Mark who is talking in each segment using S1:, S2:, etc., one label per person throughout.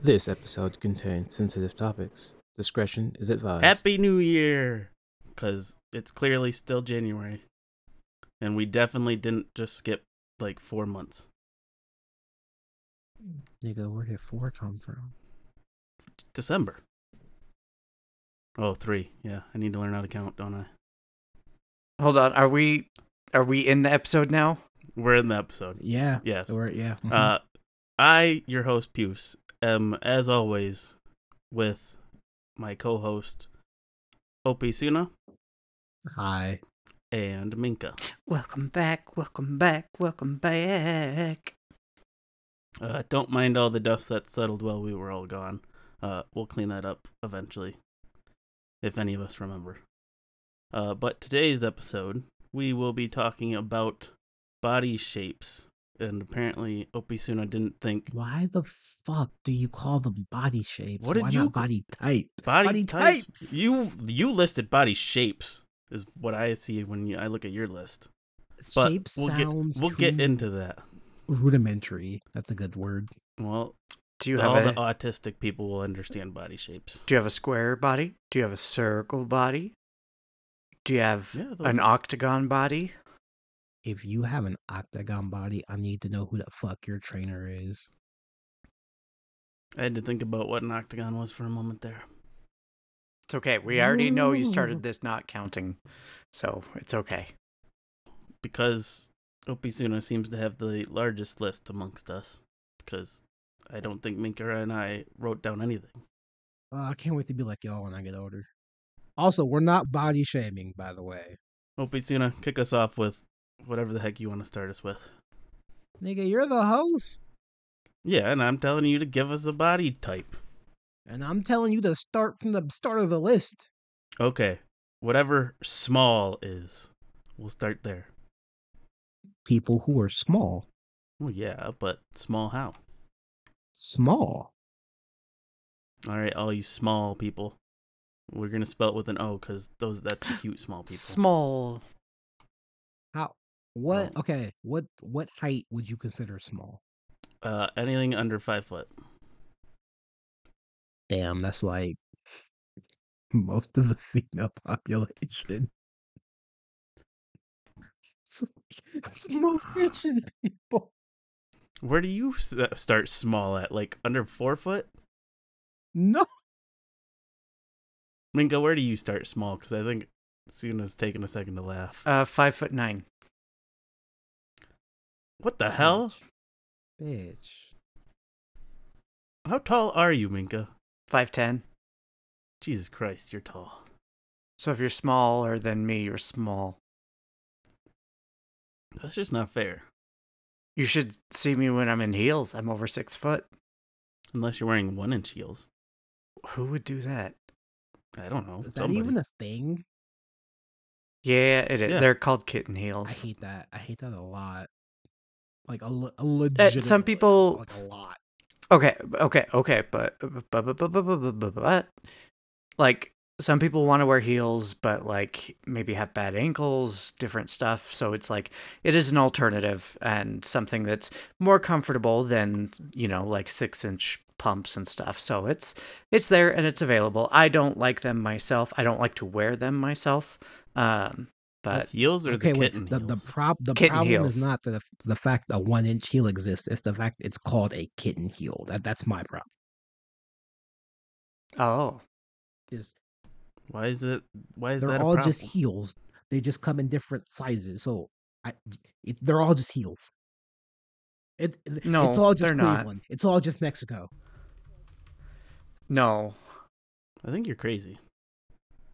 S1: This episode contains sensitive topics. Discretion is advised.
S2: Happy New Year! Because it's clearly still January. And we definitely didn't just skip like four months.
S3: Nigga, where did four come from?
S2: December. Oh, three. Yeah, I need to learn how to count, don't I?
S4: Hold on, are we are we in the episode now?
S2: We're in the episode.
S3: Yeah.
S2: Yes.
S3: Or yeah. mhm.
S2: Uh, I, your host, Puce, am, as always, with my co host, Opie Suna
S3: Hi.
S2: and Minka.
S4: Welcome back, welcome back, welcome back.
S2: Uh, don't mind all the dust that settled while we were all gone. Uh, we'll clean that up eventually, if any of us remember. Uh, but today's episode, we will be talking about body shapes. And apparently, Opisuna didn't think
S3: Why the fuck do you call them body shapes?
S2: What did
S3: Why
S2: you
S3: not
S2: ca-
S3: body type?
S2: body,
S3: Body
S2: types.
S3: types.
S2: You you listed body shapes is what I see when you, I look at your list. But
S3: Shapes
S2: we'll get
S3: sounds
S2: we'll get
S3: too
S2: into that.
S3: rudimentary. That's a good word.
S2: Well,
S4: Do you
S2: all
S4: have
S2: the uh,
S4: a
S2: autistic people will understand body shapes.
S4: do you have a square body? Do you have a circle body? Do you have
S2: Yeah, those-
S4: an octagon body?
S3: If you have an octagon body, I need to know who the fuck your trainer is.
S2: I had to think about what an octagon was for a moment there.
S4: It's okay. We already know you started this not counting. So it's okay.
S2: because Opisuna seems to have the largest list amongst us. Because I don't think Minka and I wrote down anything.
S3: Uh, I can't wait to be like y'all when I get older. Also, we're not body shaming, by the way.
S2: Opisuna, kick us off with whatever the heck you want to start us with.
S3: Nigga, you're the host.
S2: Yeah, and I'm telling you to give us a body type.
S3: And I'm telling you to start from the start of the list.
S2: Okay, whatever small is, we'll start there.
S3: People who are small.
S2: Well, yeah, but small how?
S3: Small.
S2: All right, all you small people. We're gonna spell it with an O because those that's the cute small people.
S4: Small.
S3: How?
S2: Well-
S3: What? okay. What? What height would you consider small?
S2: Uh, anything under five foot.
S3: Damn, that's like most of the female population. It's, like- it's most Asian people.
S2: Where do you s- uh, start small at? Like under four foot?
S3: No,
S2: Minka, where do you start small? Because I think Suna's taking a second to laugh.
S4: Uh five foot nine.
S2: what the hell?
S3: bitch.
S2: How tall are you, Minka?
S4: Five ten.
S2: Jesus Christ, you're tall.
S4: So if you're smaller than me, you're small.
S2: That's just not fair.
S4: You should see me when I'm in heels. I'm over six foot.
S2: Unless you're wearing one inch heels.
S4: Who would do that?
S2: I don't know.
S3: Is that
S2: Oh, somebody.
S3: even a thing?
S4: Yeah, it is.
S2: Yeah.
S4: They're called kitten
S3: I
S4: heels.
S3: hate that. I hate that a lot. Like a,
S2: Eh,
S3: le- a legit.
S4: people-
S3: like a lot.
S4: Okay, okay, okay, but but but but but but, but, but like some people want to wear heels, but like maybe have bad ankles, different stuff. So it's like it is an alternative and something that's more comfortable than you know like six inch pumps and stuff. So it's it's there and it's available. I don't like them myself. I don't like to wear them myself. Um,
S2: Uh,
S4: but
S2: heels or
S3: okay,
S2: the
S3: wait,
S2: kitten
S3: the,
S2: heels?
S3: the prop the
S4: Kitten
S3: problem
S4: heels.
S3: is not the the fact a one inch heel exists. It's the fact it's called a kitten heel. That that's my problem.
S4: oh,
S3: Is
S2: why is it? Why is
S3: they're
S2: that a
S3: all
S2: problem?
S3: just heels. They just come in different sizes. So I, it, they're all just heels. It, it-
S4: No,
S3: it's all just
S4: they're not.
S3: Cleveland. It's all just Mexico.
S4: no.
S2: I think you're crazy.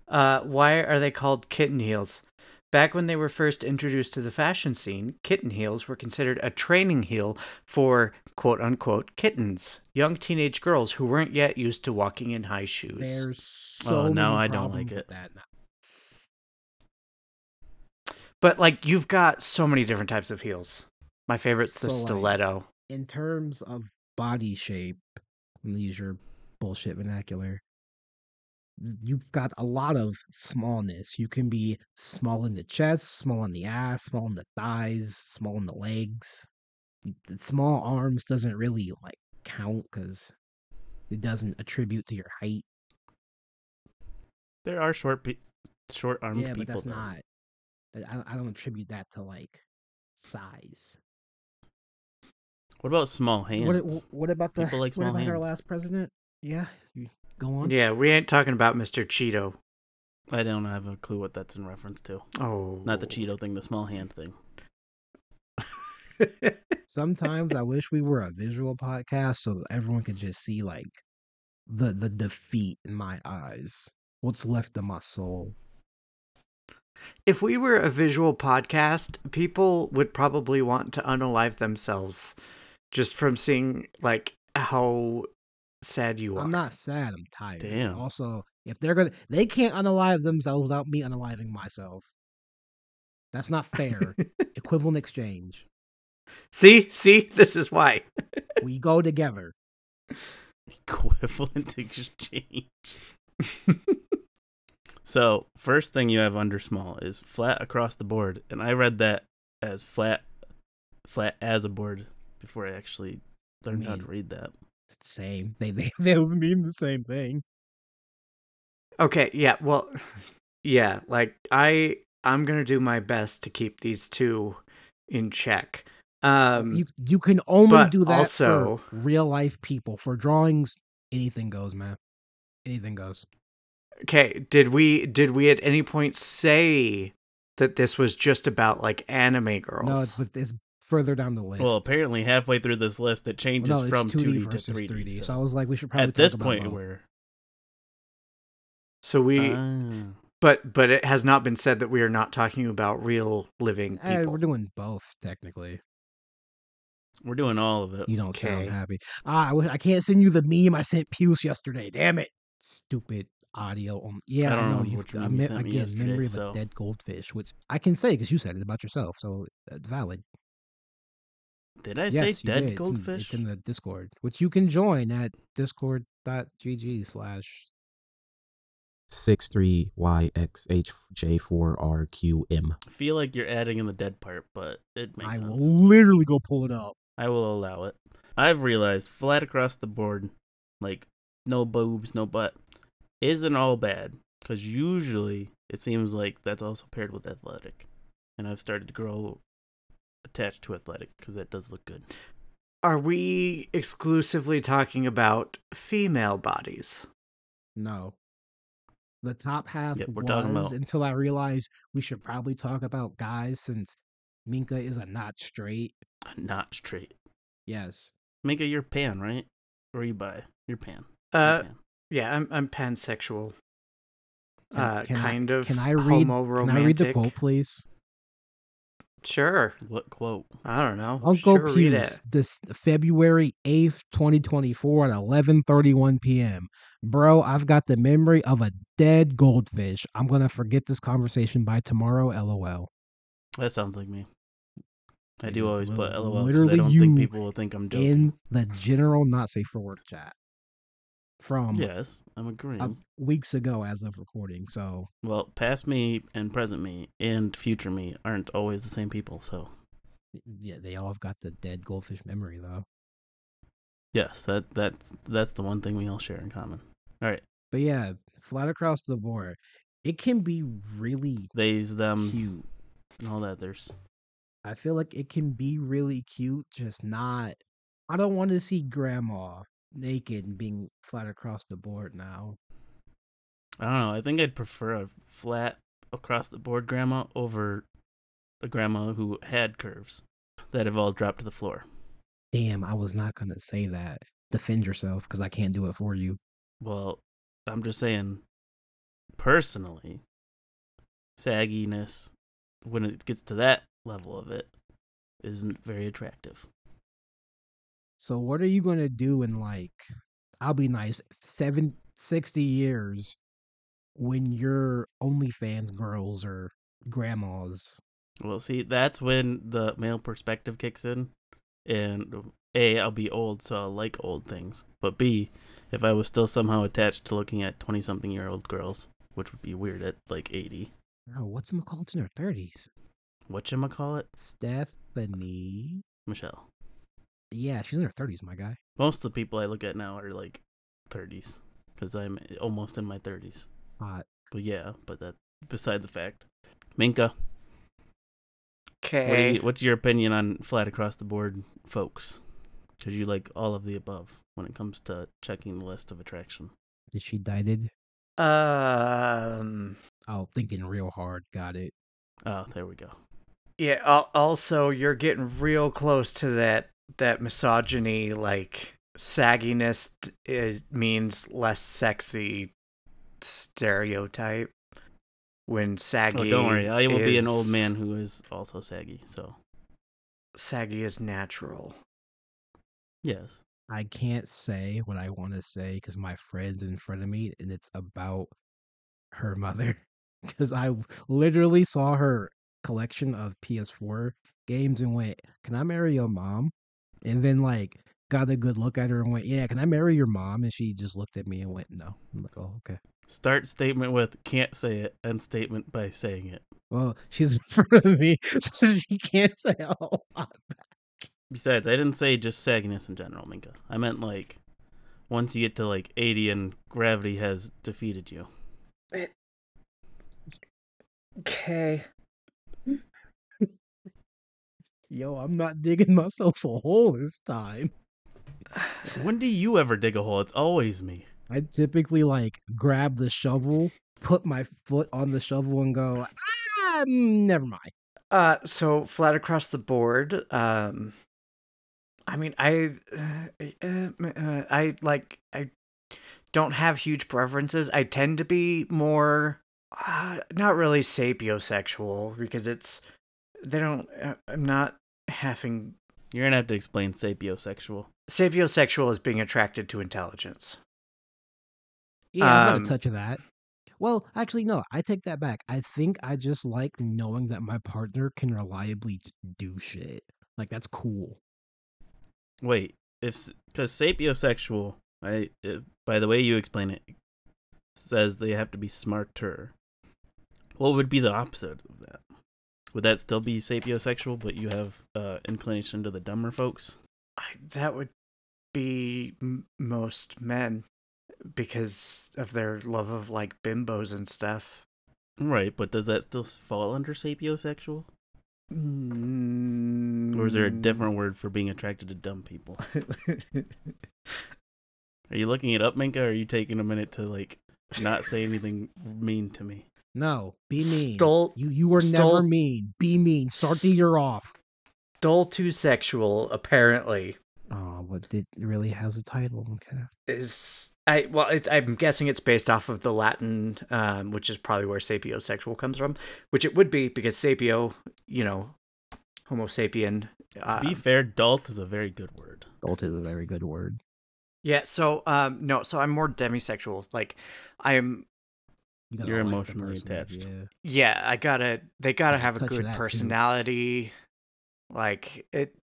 S4: Uh, why are they called kitten heels? Back when they were first introduced to the fashion scene, kitten heels were considered a training heel for quote unquote kittens, young teenage girls who weren't yet used to walking in high shoes.
S3: There's so
S2: Oh, now
S3: many
S2: I don't like
S3: problems with
S2: it.
S3: That. now.
S4: But like you've got so many different types of heels. My favorite's the
S3: So, like-
S4: stiletto.
S3: In terms of body shape, and these your bullshit vernacular. You've got a lot of smallness. You can be small in the chest, small in the ass, small in the thighs, small in the legs. The Small arms doesn't really like count because It doesn't attribute to your height.
S2: There are short, pe- short armed
S3: yeah,
S2: people.
S3: but that's
S2: though.
S3: not. that- I, I don't attribute that to like size.
S2: What about small hands?
S3: What, wh- what about the
S2: People like
S3: what
S2: small
S3: about our
S2: hands.
S3: last president? Yeah, you go on.
S4: Yeah, we ain't talking about Mr. Cheeto.
S2: I don't have a clue what that's in reference to.
S4: Oh,
S2: Not the Cheeto thing, the small hand thing.
S4: Cheeto.
S3: Sometimes I wish we were a visual podcast so that everyone could just see like the the defeat in my eyes. What's left of my soul.
S4: if we were a visual podcast, people would probably want to unalive themselves just from seeing like how sad you are.
S3: I'm not sad, I'm tired.
S2: Damn.
S3: Also, if they're gonna they can't unalive themselves without me unaliving myself. That's not fair. Equivalent exchange.
S4: see, see, this is why.
S3: We go together.
S2: Equivalent exchange. so, first thing you have under small is flat across the board. And I read that as flat, flat as a board before I actually learned how to
S3: Me.
S2: read that.
S3: It's the same. They they they mean the same thing.
S4: Okay, yeah, well, yeah, like I, I'm gonna do my best to keep these two in check. Um,
S3: you you can only
S4: but
S3: do that
S4: also-
S3: for real life people. For drawings, anything goes, man. Anything goes.
S4: Okay, did we did we at any point say that this was just about like anime girls?
S3: No, it's, but it's further down the list.
S2: Well, apparently, halfway through this list, it changes
S3: Well, no, it's
S2: from 2D, to
S3: versus
S2: 3D.
S3: So.
S2: so
S3: I was like, we should probably
S2: at
S3: talk
S2: this
S3: about Uh,
S2: point,
S3: both.
S2: we're.
S4: so we
S2: Ah.
S4: but but it has not been said that we are not talking about real living
S3: Eh,
S4: people.
S3: we're doing both technically.
S2: We're doing all of it.
S3: You don't sound
S4: Okay.
S3: happy. Ah, I wish I can't send you the meme I sent Puce yesterday. Damn it! Stupid audio. On, yeah,
S2: don't
S3: know
S2: remember
S3: you've
S2: which
S3: got-
S2: meme you
S3: me-
S2: sent me
S3: again
S2: yesterday,
S3: memory of
S2: so-
S3: a dead goldfish, which I can say because you said it about yourself, so uh, valid.
S2: Did I
S3: yes,
S2: say
S3: you did.
S2: dead
S3: It's in-
S2: goldfish?
S3: It's in, the Discord, which you can join at discord.gg slash.
S1: 63YXHJ4RQM.
S2: I feel like you're adding in the dead part, but it makes
S3: I
S2: sense.
S3: will literally go pull it up.
S2: I will allow it. I've realized flat across the board, like no boobs, no butt, isn't all bad. Because usually it seems like that's also paired with athletic. And I've started to grow attached to athletic because that does look good.
S4: Are we exclusively talking about female bodies?
S3: No. The top half
S2: Yep, we're
S3: was
S2: talking about-
S3: until I realized we should probably talk about guys since Minka is a not straight.
S2: Not straight.
S3: Yes.
S2: Minka, you're pan, right? Or you bi? You're pan. You're
S4: Uh,
S2: pan.
S4: yeah, I'm I'm pansexual.
S3: Can-
S4: uh,
S3: can I-
S4: kind of.
S3: Can I read
S4: homo-romantic.
S3: Can I read the quote, please?
S4: Sure.
S2: What quote?
S4: I don't know.
S3: I'll
S4: Oh, sure,
S3: go
S4: read
S3: Pews
S4: it.
S3: this February 8th, 2024 at 11:31 p.m. Bro, I've got the memory of a dead goldfish. I'm going to forget this conversation by tomorrow, lol.
S2: That sounds like me. I
S3: It
S2: do
S3: is
S2: always
S3: lit-
S2: put LOL because I
S3: literally
S2: don't think
S3: you
S2: people will think I'm joking.
S3: In the general not safe for work chat from
S2: yes, I'm agreeing.
S3: uh, weeks ago as of recording. So,
S2: Well, past me and present me and future me aren't always the same people, so
S3: yeah, they all have got the dead goldfish memory though.
S2: yes, that that's that's the one thing we all share in common. All right,
S3: But yeah, flat across the board, it can be really
S2: they's them
S3: cute.
S2: and all that. There's
S3: I feel like it can be really cute, just not. I don't want to see grandma naked and being flat across the board now.
S2: I don't know. I think I'd prefer a flat across the board grandma over a grandma who had curves that have all dropped to the floor.
S3: Damn, I was not going to say that. Defend yourself because I can't do it for you.
S2: Well, I'm just saying, personally, sagginess when it gets to that level of it isn't very attractive.
S3: So, what are you going to do in like, I'll be nice, seven, 60 years when your OnlyFans girls are grandmas?
S2: Well, see, that's when the male perspective kicks in, and a, I'll be old, so I'll like old things. But b, if I was still somehow attached to looking at twenty-something-year-old girls, which would be weird at like eighty,
S3: Oh, what's McCall's in her 30s?
S2: what you call it,
S3: Stephanie.
S2: Michelle?
S3: Yeah, she's in her 30s, my guy.
S2: Most of the people I look at now are like 30s because I'm almost in my 30s.
S3: Hot.
S2: But yeah, but that beside the fact. Minka, what do
S4: Okay.
S2: you- what's your opinion on flat across the board folks? Because you like all of the above when it comes to checking the list of attraction.
S3: Is she dieted?
S4: Um.
S3: Oh, thinking real hard. Got it.
S2: Oh, there we go.
S4: Yeah. al- Also, you're getting real close to that that misogyny like sagginess t- is means less sexy stereotype. When saggy,
S2: Oh, don't worry. I will be an
S4: is-
S2: old man who is also saggy. So,
S4: Saggy is natural.
S2: yes.
S3: I can't say what I want to say because my friend's in front of me and it's about her mother. Because I w- literally saw her collection of PS4 games and went, Can I marry your mom? And then, like, got a good look at her and went, Yeah, can I marry your mom? And she just looked at me and went, No. I'm like, Oh, okay.
S2: Start statement with can't say it, end statement by saying it.
S3: Well, she's in front of me, so she can't say "Oh, a whole lot.
S2: Besides, I didn't say just sagginess in general, Minka. I meant like once you get to like 80 and gravity has defeated you.
S4: Okay.
S3: Yo, I'm not digging myself a hole this time.
S2: When do you ever dig a hole? It's always me.
S3: I typically like grab the shovel, put my foot on the shovel, and go, ah, mm, never mind.
S4: Uh, so flat across the board. Um, I mean, I, uh, uh, uh, I like, I don't have huge preferences. I tend to be more, uh, not really sapiosexual because it's, they don't. Uh, I'm not having
S2: You're gonna have to explain sapiosexual.
S4: sapiosexual is being attracted to intelligence.
S3: Yeah, I got
S4: Um,
S3: a touch of that. Well, actually, no, I take that back. I think I just like knowing that my partner can reliably just do shit. Like, that's cool.
S2: Wait, if because sapiosexual, I if, by the way you explain it, says they have to be smarter. What would be the opposite of that? Would that still be sapiosexual, but you have uh, inclination to the dumber folks?
S4: I, that would be m- most men because of their love of like bimbos and stuff.
S2: Right, but does that still s- fall under sapiosexual,
S4: Mm.
S2: or is there a different word for being attracted to dumb people? Are you looking it up, Minka? Or are you taking a minute to like not say anything mean to me?
S3: No, be mean.
S4: Stole-
S3: you you were
S4: stole-
S3: never mean. Be mean. Start the
S4: S-
S3: year off.
S4: Dull to sexual apparently
S3: Oh, but it really has a title. Okay.
S4: is I well it's, I'm guessing it's based off of the Latin, um, which is probably where sapiosexual comes from, which it would be because sapio, you know, Homo sapien. Uh,
S2: to be fair, "dalt" is a very good word.
S3: Adult is a very good word.
S4: yeah. So um, no. So I'm more demisexual. Like I am.
S3: You gotta
S2: You're
S3: like the
S2: emotionally
S3: person,
S2: attached.
S3: Yeah.
S4: Yeah. I gotta. They gotta
S3: Yeah,
S4: have a
S3: touch of
S4: good
S3: that, too.
S4: personality. Like it.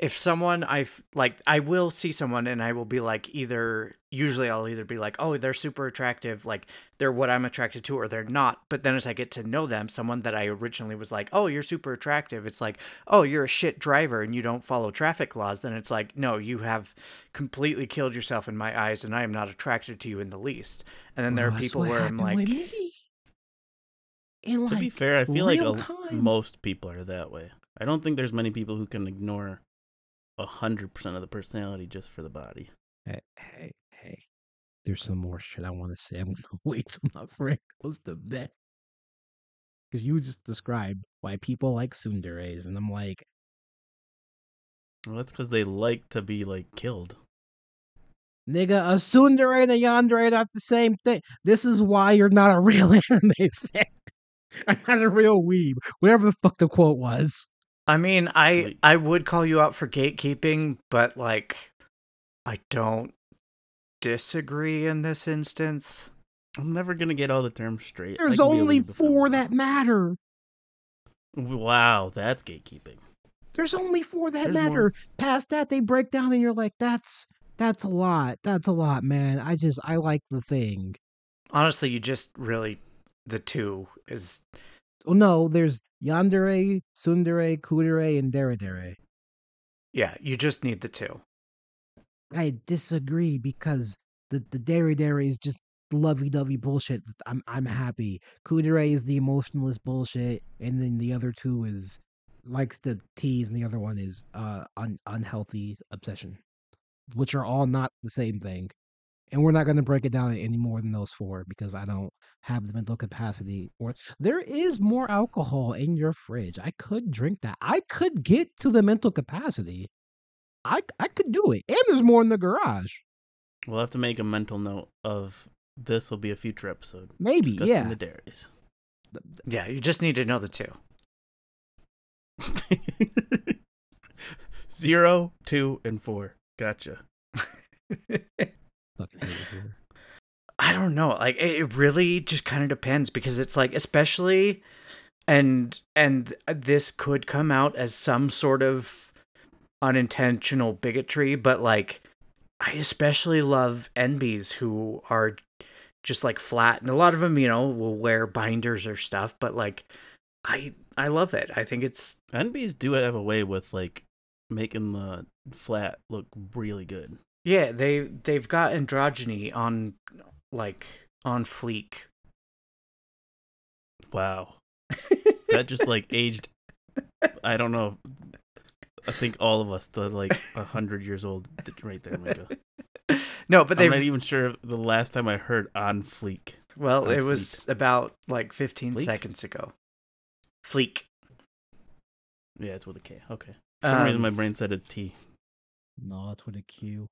S4: if someone I've like I will see someone and I will be like either usually I'll either be like, oh, they're super attractive, like they're what I'm attracted to or they're not. But then as I get to know them, someone that I originally was like, Oh, you're super attractive, it's like, oh, you're a shit driver and you don't follow traffic laws, then it's like, no, you have completely killed yourself in my eyes and I am not attracted to you in the least. And then there
S3: Well,
S4: are
S3: that's
S4: people
S3: what
S4: where I'm
S3: happened with
S4: like
S3: me. And
S2: to be
S3: like,
S2: fair, I feel like
S3: real
S2: a-
S3: time.
S2: most people are that way. I don't think there's many people who can ignore hundred percent of the personality just for the body.
S3: hey, hey, hey, there's some more shit I want to say. I'm gonna wait till my friend goes to bed. Because you just described why people like Sundares, and I'm like,
S2: Well, that's because they like to be like killed.
S3: nigga, a Sundere and a Yandere, not the same thing. This is why you're not a real anime fan. I'm not a real weeb. Whatever the fuck the quote was.
S4: I mean, I
S2: Like-
S4: I would call you out for gatekeeping, but like I don't disagree in this instance.
S2: I'm never gonna get all the terms straight. I
S3: There's
S2: can be a
S3: only
S2: weeb if I
S3: four
S2: want.
S3: that matter.
S2: Wow, that's gatekeeping.
S3: There's only four that
S2: There's
S3: matter.
S2: more.
S3: Past that, they break down, and you're like, "That's that's a lot. That's a lot, man. I just I like the thing."
S4: Honestly, you just really the two is
S3: Oh no, there's yandere, sundere, kudere, and deredere.
S4: yeah, you just need the two.
S3: I disagree because The the dairy dairy is just lovey dovey bullshit. that I'm I'm happy. Kudere is the emotionless bullshit, and then the other two is likes to tease, and the other one is uh un- unhealthy obsession, which are all not the same thing. And we're not going to break it down any more than those four because I don't have the mental capacity. Or there is more alcohol in your fridge. I could drink that. I could get to the mental capacity. I I could do it. And there's more in the garage.
S2: We'll have to make a mental note of this will be a future episode.
S3: Maybe,
S2: discussing
S3: yeah.
S2: the dairies.
S4: Yeah, you just need to know the two.
S2: Zero, two, and four. Gotcha.
S3: Fucking hate it here.
S4: I don't know. Like it it really just kind of depends because it's like especially and and this could come out as some sort of unintentional bigotry, but like I especially love NBs who are just like flat and a lot of them, you know, will wear binders or stuff, but like I I love it. I think it's
S2: NBs do have a way with like making the flat look really good.
S4: yeah, they they've got androgyny on like on fleek.
S2: Wow. That just like aged I don't know. I think all of us the like a hundred years old th- right there, Oh, Micah.
S4: No, but
S2: I'm
S4: they've
S2: not even sure if the last time I heard on fleek.
S4: Well,
S2: On
S4: it was about like 15
S2: Fleek?
S4: seconds ago. Fleek.
S2: Yeah, it's with a K. Okay. For some
S4: Um,
S2: reason my brain said a T,
S3: No, it's with a Q.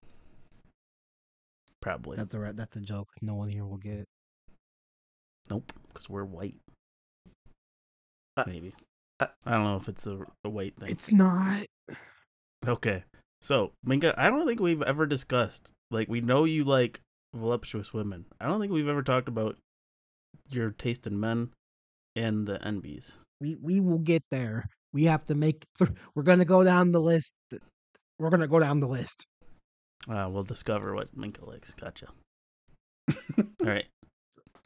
S2: probably.
S4: uh,
S3: That's a re- that's a joke. No one here will get it.
S2: Nope, because we're white.
S4: Uh,
S2: Maybe.
S4: uh,
S2: I don't know if it's a, a white thing.
S3: It's not.
S2: Okay. So, Minka, I don't think we've ever discussed, like, we know you like voluptuous women. I don't think we've ever talked about your taste in men and the NBs.
S3: We we will get there. We have to make. Th- we're gonna go down the list. We're gonna go down the list.
S2: Uh, we'll discover what Minka likes. Gotcha. All right.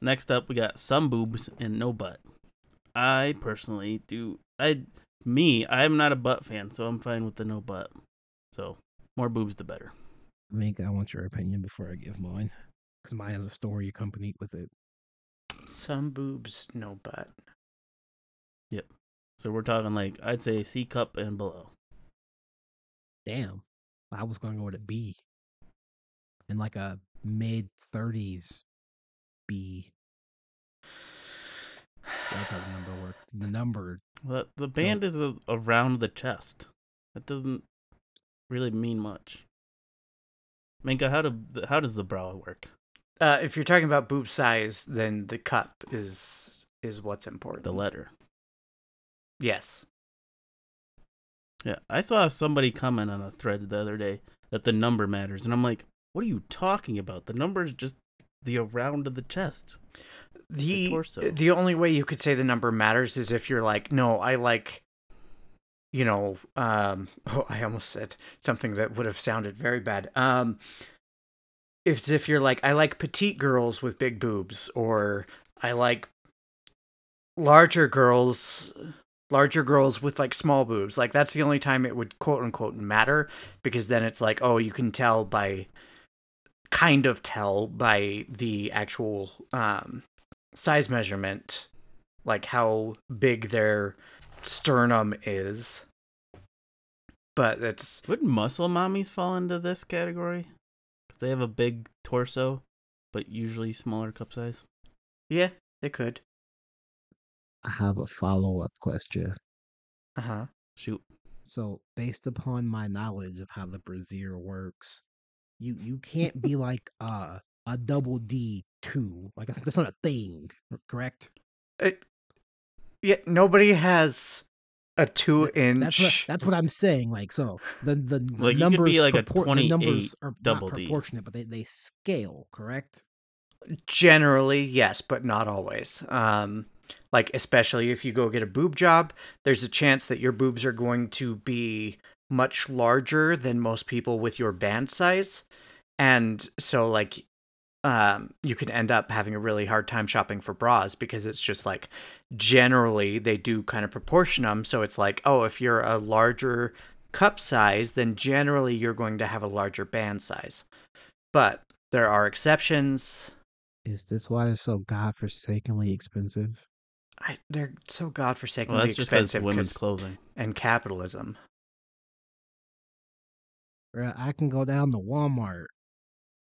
S2: Next up, we got some boobs and no butt. I personally do. I, me, I'm not a butt fan, so I'm fine with the no butt. So, more boobs, the better.
S3: Mink, I want your opinion before I give mine, because mine has a story accompanied with it.
S4: Some boobs, no butt.
S2: So we're talking like I'd say C cup and below.
S3: Damn, I was gonna go with a B, in like a mid thirties B. That's how the number works. The number.
S2: Well, that- the band is a, around the chest. That doesn't really mean much. Minka, how do how does the brow work?
S4: Uh, if you're talking about boob size, then the cup is is what's important.
S2: The letter.
S4: yes.
S2: Yeah, I saw somebody comment on a thread the other day that the number matters, and I'm like, what are you talking about? The number is just the around of the chest.
S4: The
S2: torso.
S4: the only way you could say the number matters is if you're like, no, I like you know, um oh, I almost said something that would have sounded very bad. Um if if you're like, I like petite girls with big boobs or I like larger girls larger girls with like small boobs. Like that's the only time it would quote unquote matter because then it's like, oh, you can tell by kind of tell by the actual um size measurement, like how big their sternum is. But it's
S2: Would muscle mommies fall into this category? 'Cause they have a big torso, but usually smaller cup size.
S4: yeah, they could.
S3: I have a follow up question.
S4: Uh huh.
S2: Shoot.
S3: So, based upon my knowledge of how the brazier works, you you can't be like uh, a double D two. Like that's, that's not a thing, r- correct?
S4: Yeah, nobody has a two
S3: That's what
S4: inch.
S3: that's what I'm saying. Like so, the the the
S2: Like, you could
S3: numbers
S2: be like a
S3: purport- the
S2: 28
S3: numbers are
S2: double
S3: not
S2: D.
S3: proportionate, but they they scale, correct?
S4: Generally, yes, but not always. Um, like especially if you go get a boob job, there's a chance that your boobs are going to be much larger than most people with your band size, and so like, um, you can end up having a really hard time shopping for bras because it's just like generally they do kind of proportion them. So it's like, oh, if you're a larger cup size, then generally you're going to have a larger band size, but There are exceptions.
S3: Is this why they're so godforsakenly expensive?
S4: I, they're so godforsakenly
S2: Well, that's just because
S4: expensive
S2: women's
S4: 'cause-
S2: clothing.
S4: and capitalism.
S3: Bruh, I can go down to Walmart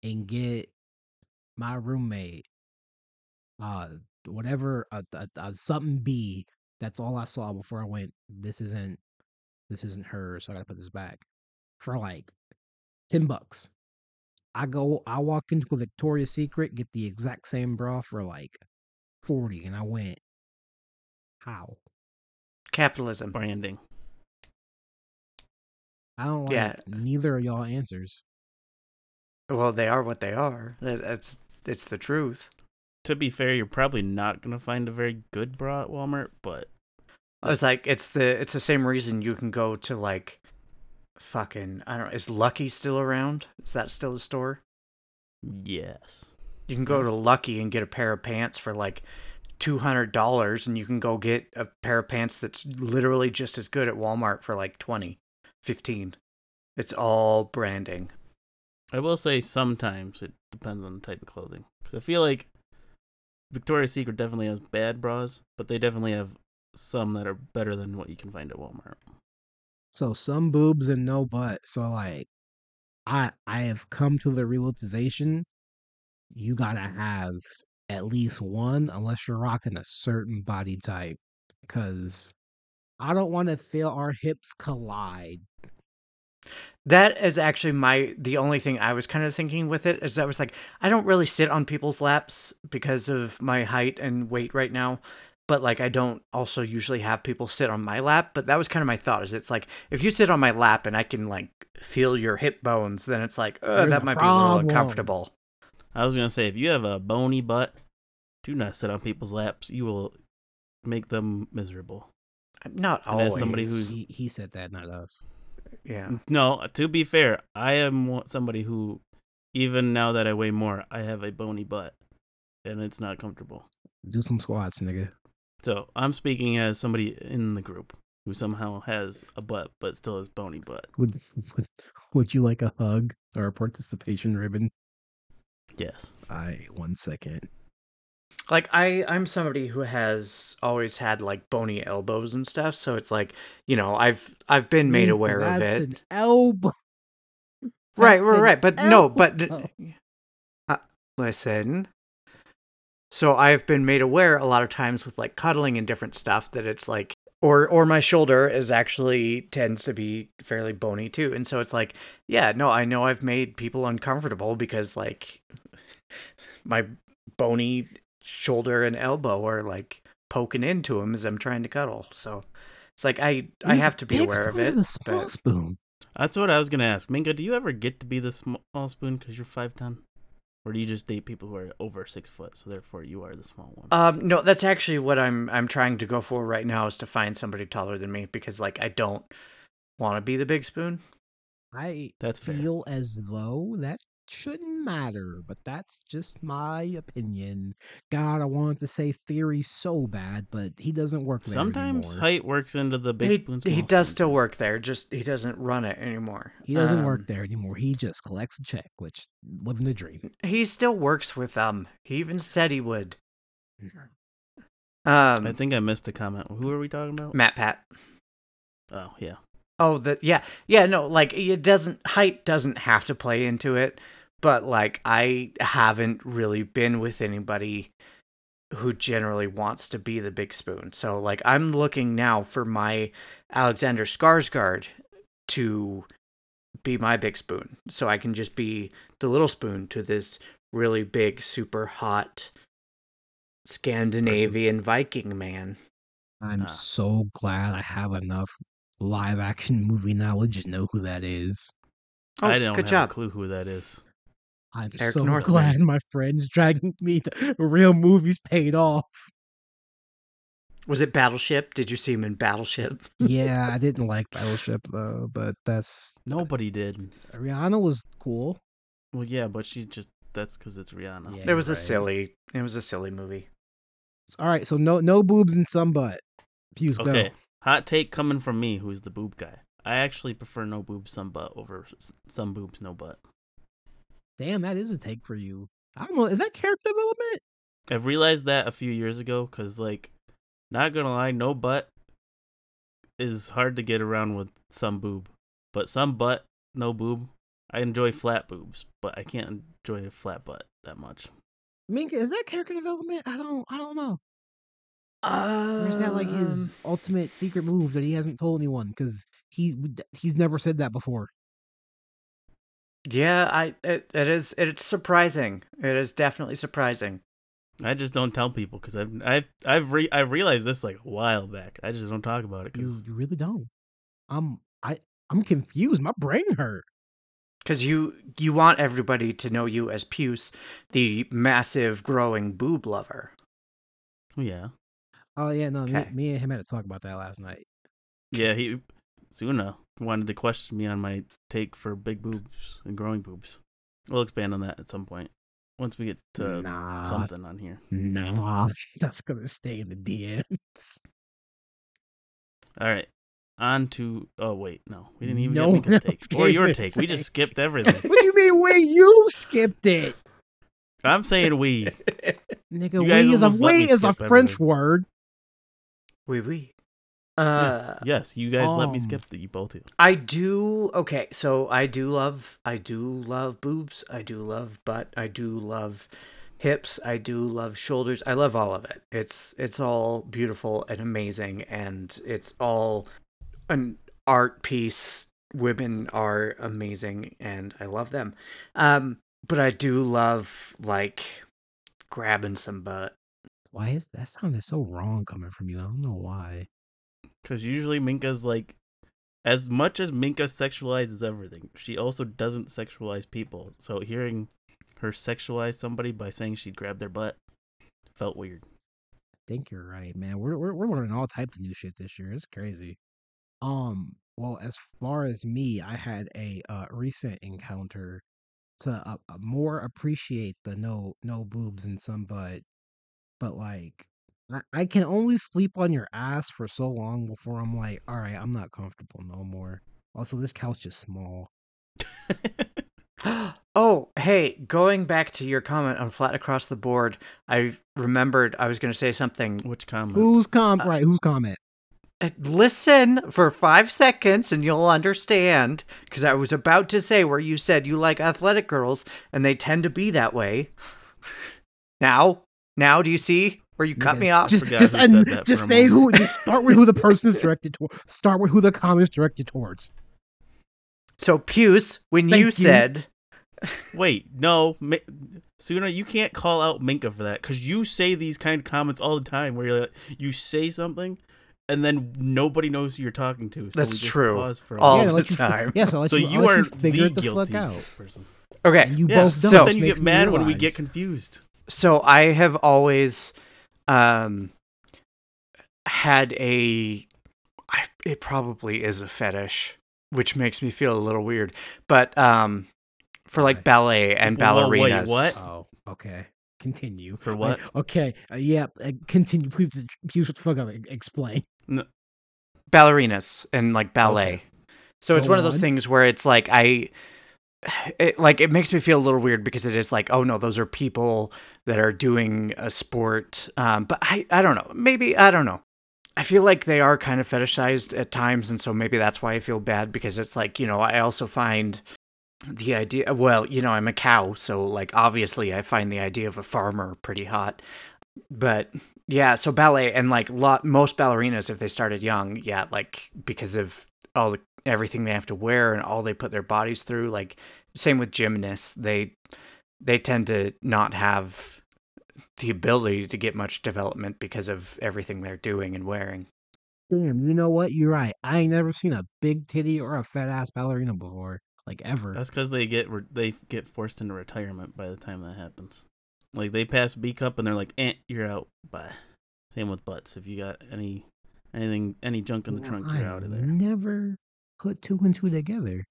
S3: and get my roommate uh whatever a, a, a something B. That's all I saw before I went. This isn't this isn't hers, so I gotta put this back for like ten bucks. I go, I walk into a Victoria's Secret, get the exact same bra for like forty, and I went, how?
S4: Capitalism.
S2: Branding.
S3: I don't like
S4: Yeah.
S3: neither of y'all answers.
S4: Well, they are what they are. That- That's it's the truth.
S2: To be fair, you're probably not going to find a very good bra at Walmart, but
S4: I was like, it's the it's the same reason you can go to like, fucking I don't. know, Is Lucky still around? Is that still a store?
S2: yes.
S4: You can go to
S2: Yes.
S4: Lucky and get a pair of pants for like two hundred dollars, and you can go get a pair of pants that's literally just as good at Walmart for like 20, 15. It's all branding.
S2: I will say sometimes it depends on the type of clothing. Because I feel like Victoria's Secret definitely has bad bras, but they definitely have some that are better than what you can find at Walmart.
S3: So some boobs and no butt. So like I I have come to the realization you gotta have at least one unless you're rocking a certain body type. Cause I don't wanna feel our hips collide.
S4: That is actually my the only thing I was kind of thinking with it is I was like I don't really sit on people's laps because of my height and weight right now, but like I don't also usually have people sit on my lap. But that was kind of my thought is it's like if you sit on my lap and I can like feel your hip bones, then it's like uh,
S3: There's a
S4: that might be a little
S3: problem.
S4: uncomfortable.
S2: I was going to say, if you have a bony butt, do not sit on people's laps. You will make them miserable.
S4: Not
S2: And as
S4: always.
S2: somebody who's-
S3: He he said that, not us.
S4: yeah.
S2: No, to be fair, I am wa- somebody who, even now that I weigh more, I have a bony butt, and it's not comfortable.
S3: Do some squats, nigga.
S2: So I'm speaking as somebody in the group who somehow has a butt but still has bony butt.
S3: Would would, would you like a hug or a participation ribbon?
S2: Yes.
S3: I one second.
S4: like i i'm somebody who has always had like bony elbows and stuff so it's like you know i've i've been made
S3: Mm,
S4: aware of
S3: that's
S4: it
S3: an elbow.
S4: right
S3: that's
S4: right
S3: an
S4: right but no but
S3: elbow.
S4: uh, listen so i've been made aware a lot of times with like cuddling and different stuff that it's like or or my shoulder is actually tends to be fairly bony too and so it's like yeah no i know i've made people uncomfortable because like my bony shoulder and elbow are like poking into them as i'm trying to cuddle so it's like i i
S3: You're
S4: have to be
S3: big
S4: aware of
S3: spoon or
S4: it
S3: The small
S4: but-
S3: spoon.
S2: That's what I was gonna ask. Minka, do you ever get to be the small spoon because you're five ten, or do you just date people who are over six foot, so therefore you are the small one?
S4: Um, no, that's actually what I'm I'm trying to go for right now is to find somebody taller than me because like I don't want to be the big spoon.
S3: I
S2: That's fair.
S3: feel as though that shouldn't matter, but that's just my opinion. God, I wanted to say theory so bad, but he doesn't work there
S2: Sometimes
S3: anymore.
S2: height works into the big
S4: he,
S2: spoon.
S4: he
S2: small
S4: does
S2: spoon.
S4: still work there, just he doesn't run it anymore.
S3: he doesn't work
S4: Um,
S3: there anymore. He just collects a check, which living the dream.
S4: He still works with them. He even said he would. Um,
S2: I think I missed the comment. Who are we talking about?
S4: Matt Pat.
S2: Oh yeah.
S4: Oh, that yeah, yeah. No, like it doesn't height doesn't have to play into it, but like I haven't really been with anybody who generally wants to be the big spoon. So like I'm looking now for my Alexander Skarsgård to be my big spoon, so I can just be the little spoon to this really big, super hot Scandinavian Viking man.
S3: I'm
S2: Nah.
S3: so glad I have enough live action movie knowledge to know who that is.
S4: Oh,
S2: I don't
S4: good
S2: have
S4: job.
S2: a clue who that is.
S3: I'm
S4: Eric
S3: so
S4: Northman.
S3: glad my friends dragging me to real movies paid off.
S4: Was it Battleship? Did you see him in Battleship?
S3: yeah, I didn't like Battleship though, but that's
S2: Nobody did.
S3: Rihanna was cool.
S2: Well, yeah, but she just that's because it's Rihanna.
S3: Yeah.
S4: It was a
S3: right.
S4: silly. It was a silly movie.
S3: All right, so no no boobs and some butt. Pews go.
S2: Okay, hot take coming from me, who's the boob guy. I actually prefer no boobs, some butt over s- some boobs, no butt.
S3: Damn, that is a take for you. I don't know. Is that character development?
S2: I've realized that a few years ago because, like, not gonna lie, no butt is hard to get around with some boob, but some butt, no boob. I enjoy flat boobs, but I can't enjoy a flat butt that much.
S3: Minka, is that character development? I don't. I don't know.
S4: Um,
S3: Or is that like
S2: Um.
S3: his ultimate secret move that he hasn't told anyone because he he's never said that before?
S4: Yeah, I it, it is it's surprising. It is definitely surprising.
S2: I just don't tell people because I've I've I've re- I realized this like a while back. I just don't talk about it
S3: You,
S2: because
S3: you really don't. I'm I I'm confused. My brain hurt.
S4: Cuz you you want everybody to know you as Puce, the massive growing boob lover.
S3: Mm.
S2: yeah,
S3: Oh yeah, no. Me,
S4: Okay.
S3: me and him had to talk about that last night.
S2: yeah. He Suna wanted to question me on my take for big boobs and growing boobs. We'll expand on that at some point once we get to
S3: nah,
S2: something on here.
S3: nah. That's gonna stay in the DMs.
S2: All right. On to oh wait no we didn't even get
S3: No one
S2: Mika's
S3: else
S2: take or
S3: gave
S2: your
S3: their
S2: take we just
S3: take.
S2: skipped everything
S3: what do you mean? Wait, you skipped it,
S2: I'm saying we
S3: nigga.
S2: You guys
S3: We is a
S2: almost let me
S3: we is a
S2: skip
S3: French
S2: everything.
S3: word.
S4: Oui oui. Uh
S2: yes you guys let me
S3: Um.
S2: skip the you both of you.
S4: I do okay, so I do love I do love boobs, I do love butt, I do love hips, I do love shoulders. I love all of it. It's it's all beautiful and amazing and it's all an art piece. Women are amazing and I love them. Um but I do love like grabbing some butt.
S3: Why is that sounded so wrong coming from you? I don't know why.
S2: Because usually Minka's like, as much as Minka sexualizes everything, she also doesn't sexualize people. So hearing her sexualize somebody by saying she'd grab their butt felt weird.
S3: think you're right, man. We're we're, we're learning all types of new shit this year. It's crazy. Um, well, as far as me, I had a uh, recent encounter to uh, uh, more appreciate the no no boobs and some butt, but like I, I can only sleep on your ass for so long before I'm like, all right, I'm not comfortable no more. Also, this couch is small.
S4: oh, hey, going back to your comment on flat across the board, I remembered I was going to say something
S2: Which comment?
S3: Who's com
S4: Uh,
S3: right? Who's comment?
S4: Uh, Listen for five seconds and you'll understand. Because I was about to say where you said you like athletic girls and they tend to be that way. Now, now, do you see where you cut
S3: Nigga,
S4: me off?
S3: Just,
S2: forgot
S3: just,
S2: who said
S3: un-
S2: that for
S3: just
S2: a
S3: say who.
S2: moment.
S3: Just start with who the person is directed toward. Start with who the comment's directed towards.
S4: So, Puce, when
S3: Thank
S4: you,
S3: you.
S4: said,
S2: Wait, no. Mi- Suna, you can't call out Minka for that because you say these kind of comments all the time where you're like, you say something and then nobody knows who you're talking to. So
S4: That's
S2: we just
S4: true.
S2: Pause for a
S4: All
S2: moment.
S3: I'll
S4: the
S3: let you-
S4: time.
S3: Yes, I'll let
S2: so
S3: you,
S2: you,
S3: I'll let
S2: are
S3: you
S2: the
S3: figure it the
S2: guilty
S3: fuck out.
S2: person.
S4: okay,
S3: And you
S2: Yeah,
S3: both
S2: so
S3: don't.
S2: then you
S3: Makes
S2: get
S3: me
S2: mad when we get
S3: realize.
S2: confused.
S4: so I have always um had a I, it probably is a fetish, which makes me feel a little weird, but um for like
S3: Right.
S4: ballet and
S2: Whoa, wait,
S4: ballerinas.
S2: what?
S3: Oh, okay. Continue.
S2: For
S3: I-
S2: Eh. what?
S3: okay. Uh, yeah. Uh, continue. Please, uh, please, shut the fuck up. and Explain.
S4: ballerinas and like ballet.
S3: Okay.
S4: So it's
S3: Go
S4: one of those
S3: on.
S4: things where it's like I it like it makes me feel a little weird because it is like oh no those are people that are doing a sport um but I I don't know. Maybe I don't know. I feel like they are kind of fetishized at times and so maybe that's why I feel bad because it's like, you know, I also find the idea well, you know, I'm a cow, so like obviously I find the idea of a farmer pretty hot. But yeah, so ballet and like lot most ballerinas, if they started young, yeah, like because of all the everything they have to wear and all they put their bodies through, like same with gymnasts, they they tend to not have the ability to get much development because of everything they're doing and wearing.
S3: Damn. You know what? You're right. I ain't never seen a big titty or a fat ass ballerina before, like ever.
S2: That's because they get re- they get forced into retirement by the time that happens. Like they pass B cup and they're like, "Eh, you're out." Bye. Same with butts. If you got any anything any junk in the
S3: Now,
S2: trunk,
S3: I
S2: you're out of there.
S3: Never put two and two together.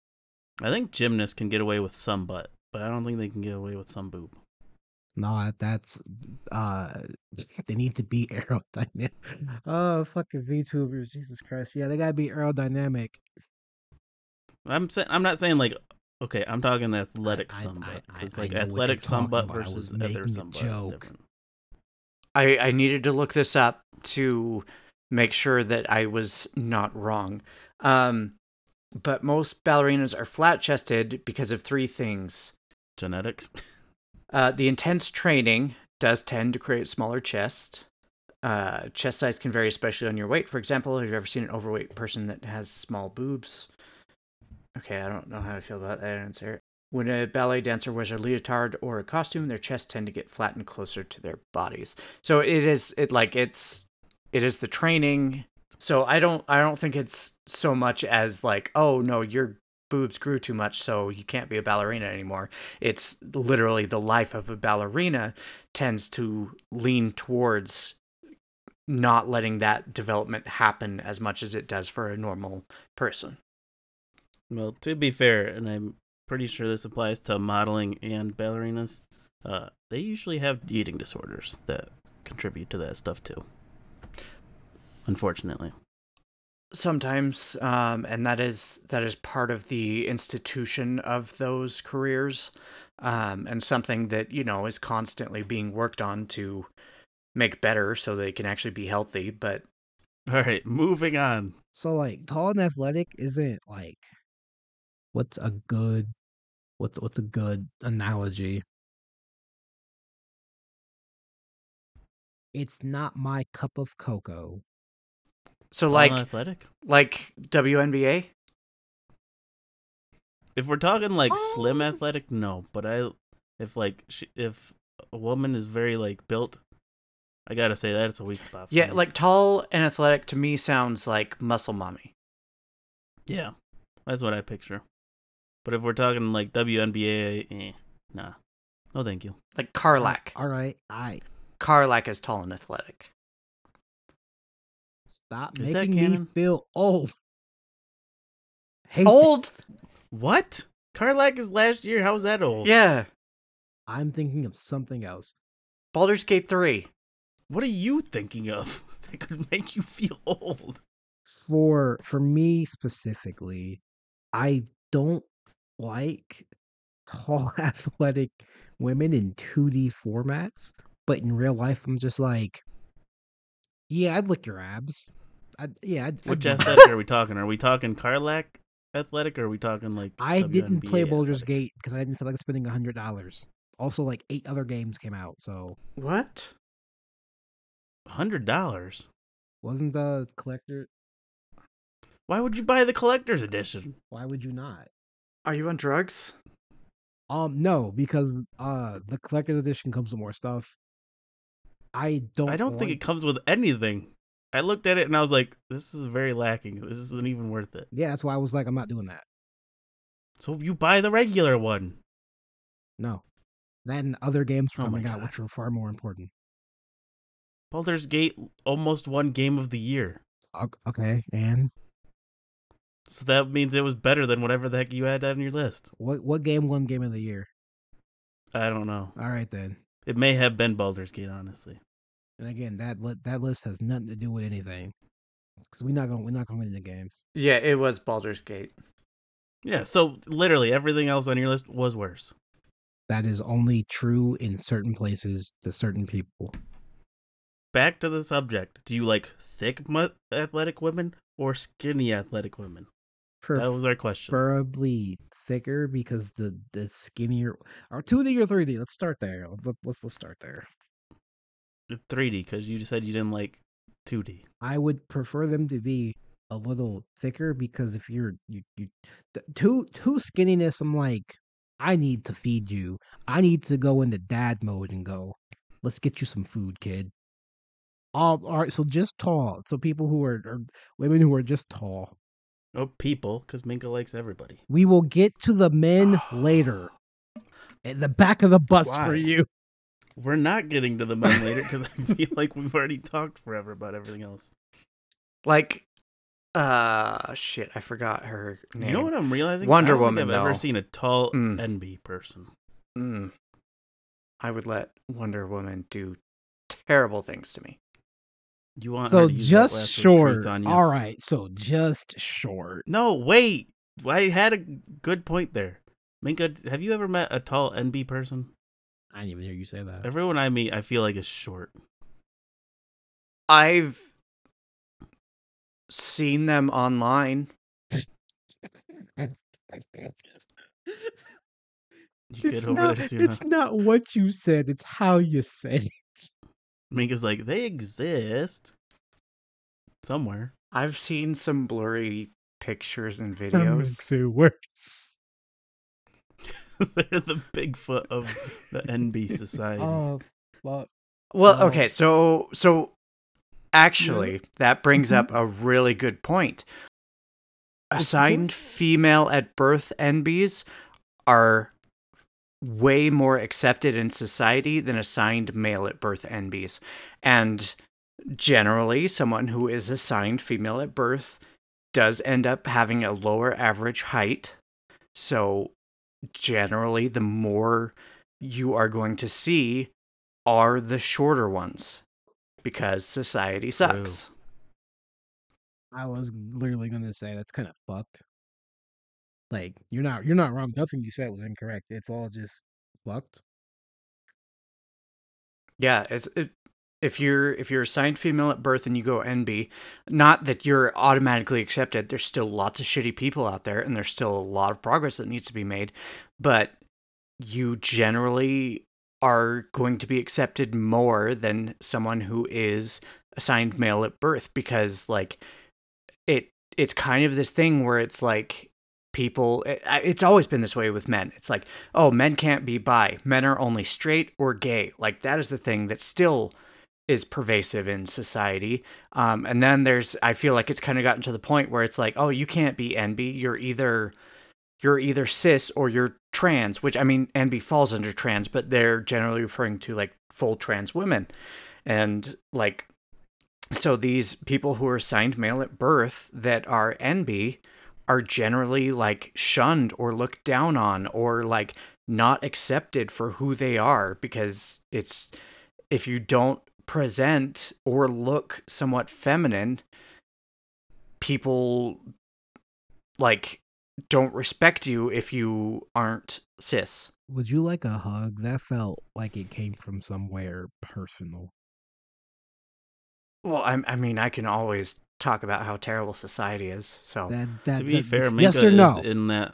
S2: I think gymnasts can get away with some butt, but I don't think they can get away with some boob.
S3: No, that's uh they need to be aerodynamic. Oh fucking VTubers, Jesus Christ. Yeah, they gotta be aerodynamic.
S2: I'm sa- I'm not saying like Okay, I'm talking athletic
S3: I- I-
S2: somewhat
S3: I-
S2: because
S3: I
S2: like
S3: know what you're
S2: athletic
S3: talking
S2: somewhat
S3: about. I was
S2: versus
S3: making
S2: other
S3: a
S2: somewhat is
S3: joke.
S2: different.
S4: I, I needed to look this up to make sure that I was not wrong. Um, but most ballerinas are flat chested because of three things.
S2: Genetics.
S4: Uh, the intense training does tend to create smaller chests. Uh, chest size can vary, especially on your weight. For example, have you ever seen an overweight person that has small boobs? Okay, I don't know how I feel about that answer. When a ballet dancer wears a leotard or a costume, their chests tend to get flattened closer to their bodies. So it is it like it's it is the training. So I don't I don't think it's so much as like oh no your boobs grew too much so you can't be a ballerina anymore it's literally the life of a ballerina tends to lean towards not letting that development happen as much as it does for a normal person.
S2: Well, to be fair, and I'm pretty sure this applies to modeling and ballerinas, uh, they usually have eating disorders that contribute to that stuff too. Unfortunately.
S4: Sometimes, um, and that is that is part of the institution of those careers, um, and something that you know is constantly being worked on to make better so they can actually be healthy. But
S2: All right, moving on.
S3: So like tall and athletic isn't like what's a good what's what's a good analogy? It's not my cup of cocoa.
S4: so
S2: Tall
S4: like
S2: and athletic.
S4: like WNBA,
S2: If we're talking like
S4: Oh.
S2: slim athletic, no. But I, if like she, if a woman is very like built, I gotta say that's a weak spot. for
S4: yeah,
S2: me.
S4: like tall and athletic to me sounds like muscle mommy.
S2: yeah, that's what I picture. But if we're talking like WNBA, eh, nah, no, thank you.
S4: Like Carlac.
S3: All right, I
S4: Carlac is tall and athletic.
S3: stop
S2: Is that
S3: making me
S2: canon?
S3: feel old. Hey,
S4: Old?
S3: this.
S2: What? Carlac is last year. How's that old?
S4: Yeah.
S3: I'm thinking of something else.
S4: Baldur's Gate 3.
S2: What are you thinking of that could make you feel old?
S3: for for me specifically, I don't like tall athletic women in 2D formats, but in real life I'm just like yeah, I'd lick your abs. I yeah, I'd, I'd
S2: Which
S3: do that.
S2: athletic are we talking? Are we talking Carlac athletic? Or are we talking like
S3: I didn't play
S2: WNBA
S3: Baldur's
S2: athletic?
S3: Gate because I didn't feel like spending $100. Also like 8 other games came out, so
S4: What?
S2: Hundred dollars.
S3: wasn't the collector
S2: Why would you buy the collector's edition?
S3: why would you not?
S4: Are you on drugs?
S3: Um no, because uh the collector's edition comes with more stuff. I don't
S2: I don't think
S3: like
S2: it comes with anything. I looked at it and I was like, this is very lacking. This isn't even worth it.
S3: Yeah, that's why I was like, I'm not doing that.
S2: So you buy the regular one.
S3: No. That and other games from
S2: Oh
S3: oh my
S2: my
S3: god,
S2: God.
S3: which are far more important.
S2: Baldur's Gate almost won game of the year.
S3: O- Okay, and
S2: So that means it was better than whatever the heck you had on your list.
S3: what what game won game of the year?
S2: I don't know.
S3: All right then.
S2: It may have been Baldur's Gate, honestly.
S3: And again, that li- that list has nothing to do with anything because we're not going to we're not going to win the games.
S4: Yeah, it was Baldur's Gate.
S2: Yeah, so literally everything else on your list was worse.
S3: That is only true in certain places to certain people.
S2: Back to the subject. Do you like thick mu- athletic women or skinny athletic women? That was our question.
S3: Preferably thicker because the the skinnier or two D or three D. Let's start there. Let- Let's let's start there.
S2: 3D, because you said you didn't like 2D.
S3: I would prefer them to be a little thicker because if you're you, you th- too too skinniness, I'm like, I need to feed you. I need to go into dad mode and go, let's get you some food, kid. All all right, so just tall. So people who are, are women who are just tall.
S2: Oh, people, because Minka likes everybody.
S3: We will get to the men later. At the back of the bus for
S2: Why?
S3: you.
S2: We're not getting to the men later because I feel like we've already talked forever about everything else.
S4: Like, uh, shit, I forgot her name.
S2: You know what I'm realizing? I
S4: Wonder
S2: don't
S4: Woman,
S2: Think I've
S4: though.
S2: ever seen a tall
S4: Mm.
S2: NB person.
S4: Mm. I would let Wonder Woman do terrible things to me.
S2: You want her
S3: So
S2: to use that
S3: just
S2: last little
S3: short.
S2: truth on you?
S3: All right, so just short.
S2: No, wait. I had a good point there. Minka, have you ever met a tall NB person?
S3: I didn't even hear you say that.
S2: Everyone I meet, I feel like is short.
S4: I've seen them online.
S2: You
S3: it's
S2: get over
S3: not,
S2: there soon.
S3: it's
S2: huh?
S3: not what you said, it's how you said it.
S2: Minka's like, they exist somewhere.
S4: I've seen some blurry pictures and
S3: That
S4: videos.
S3: makes it worse.
S2: They're the Bigfoot of the NB society.
S3: Oh, fuck.
S4: Well,
S3: Oh.
S4: okay, so so actually that brings
S3: Mhm.
S4: up a really good point. Assigned female at birth NBs are way more accepted in society than assigned male at birth NBs. And generally someone who is assigned female at birth does end up having a lower average height. So generally the more you are going to see are the shorter ones because society sucks.
S3: I was literally gonna say that's kind of fucked. Like you're not you're not wrong. Nothing you said was incorrect. It's all just fucked.
S4: Yeah, it's it, if you're if you're assigned female at birth and you go NB, not that you're automatically accepted. There's still lots of shitty people out there, and there's still a lot of progress that needs to be made. But you generally are going to be accepted more than someone who is assigned male at birth because like it it's kind of this thing where it's like people it, I- it's always been this way with men it's like oh, men can't be bi. Men are only straight or gay. Like that is the thing that still is pervasive in society. Um, and then there's, I feel like it's kind of gotten to the point where it's like, oh, you can't be NB. You're either, you're either cis or you're trans. Which I mean, NB falls under trans, but they're generally referring to like full trans women, and like. So these people who are assigned male at birth that are NB are generally like shunned or looked down on or like not accepted for who they are because it's if you don't present or look somewhat feminine people like don't respect you if you aren't cis
S3: Would you like a hug? That felt like it came from somewhere personal.
S4: well I, I mean i can always talk about how terrible society is so
S3: That that
S2: Oh, to be
S3: that-
S2: fair, Minka
S3: yes or no?
S2: is in that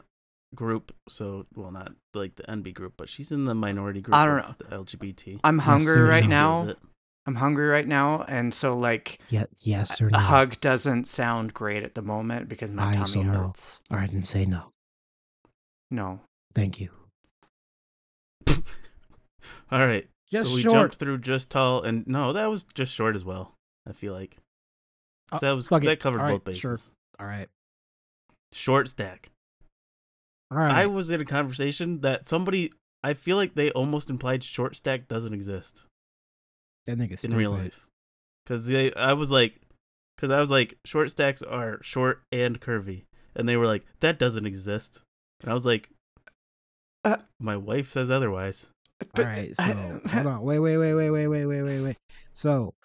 S2: group. So, well, not like the NB group, but she's in the minority group.
S4: I don't
S2: of The LGBT.
S4: i'm hungry
S3: or
S4: right
S3: no.
S2: Feels
S4: now
S2: it.
S4: i'm hungry right now and so like
S3: Ye- yes or
S4: a
S3: no?
S4: hug doesn't sound great at the moment because my
S3: I also
S4: tummy
S3: know.
S4: hurts
S3: All right, then say no.
S4: no
S3: Thank you.
S2: All right.
S3: Just
S2: so we
S3: short.
S2: jumped through just tall and no, that was just short as well. I feel like 'Cause
S3: Oh,
S2: that was
S3: fuck it.
S2: that covered
S3: All right,
S2: both
S3: sure.
S2: bases.
S3: All right.
S2: Short stack.
S3: All right.
S2: I was in a conversation that somebody. I feel like they almost implied short stack doesn't exist.
S3: that nigga
S2: in real life because they i was like because i was like short stacks are short and curvy and they were like that doesn't exist and i was like
S4: Uh,
S2: my wife says otherwise
S3: All right. So hold on. Wait. Wait. Wait. Wait. Wait. Wait. Wait. Wait. Wait. So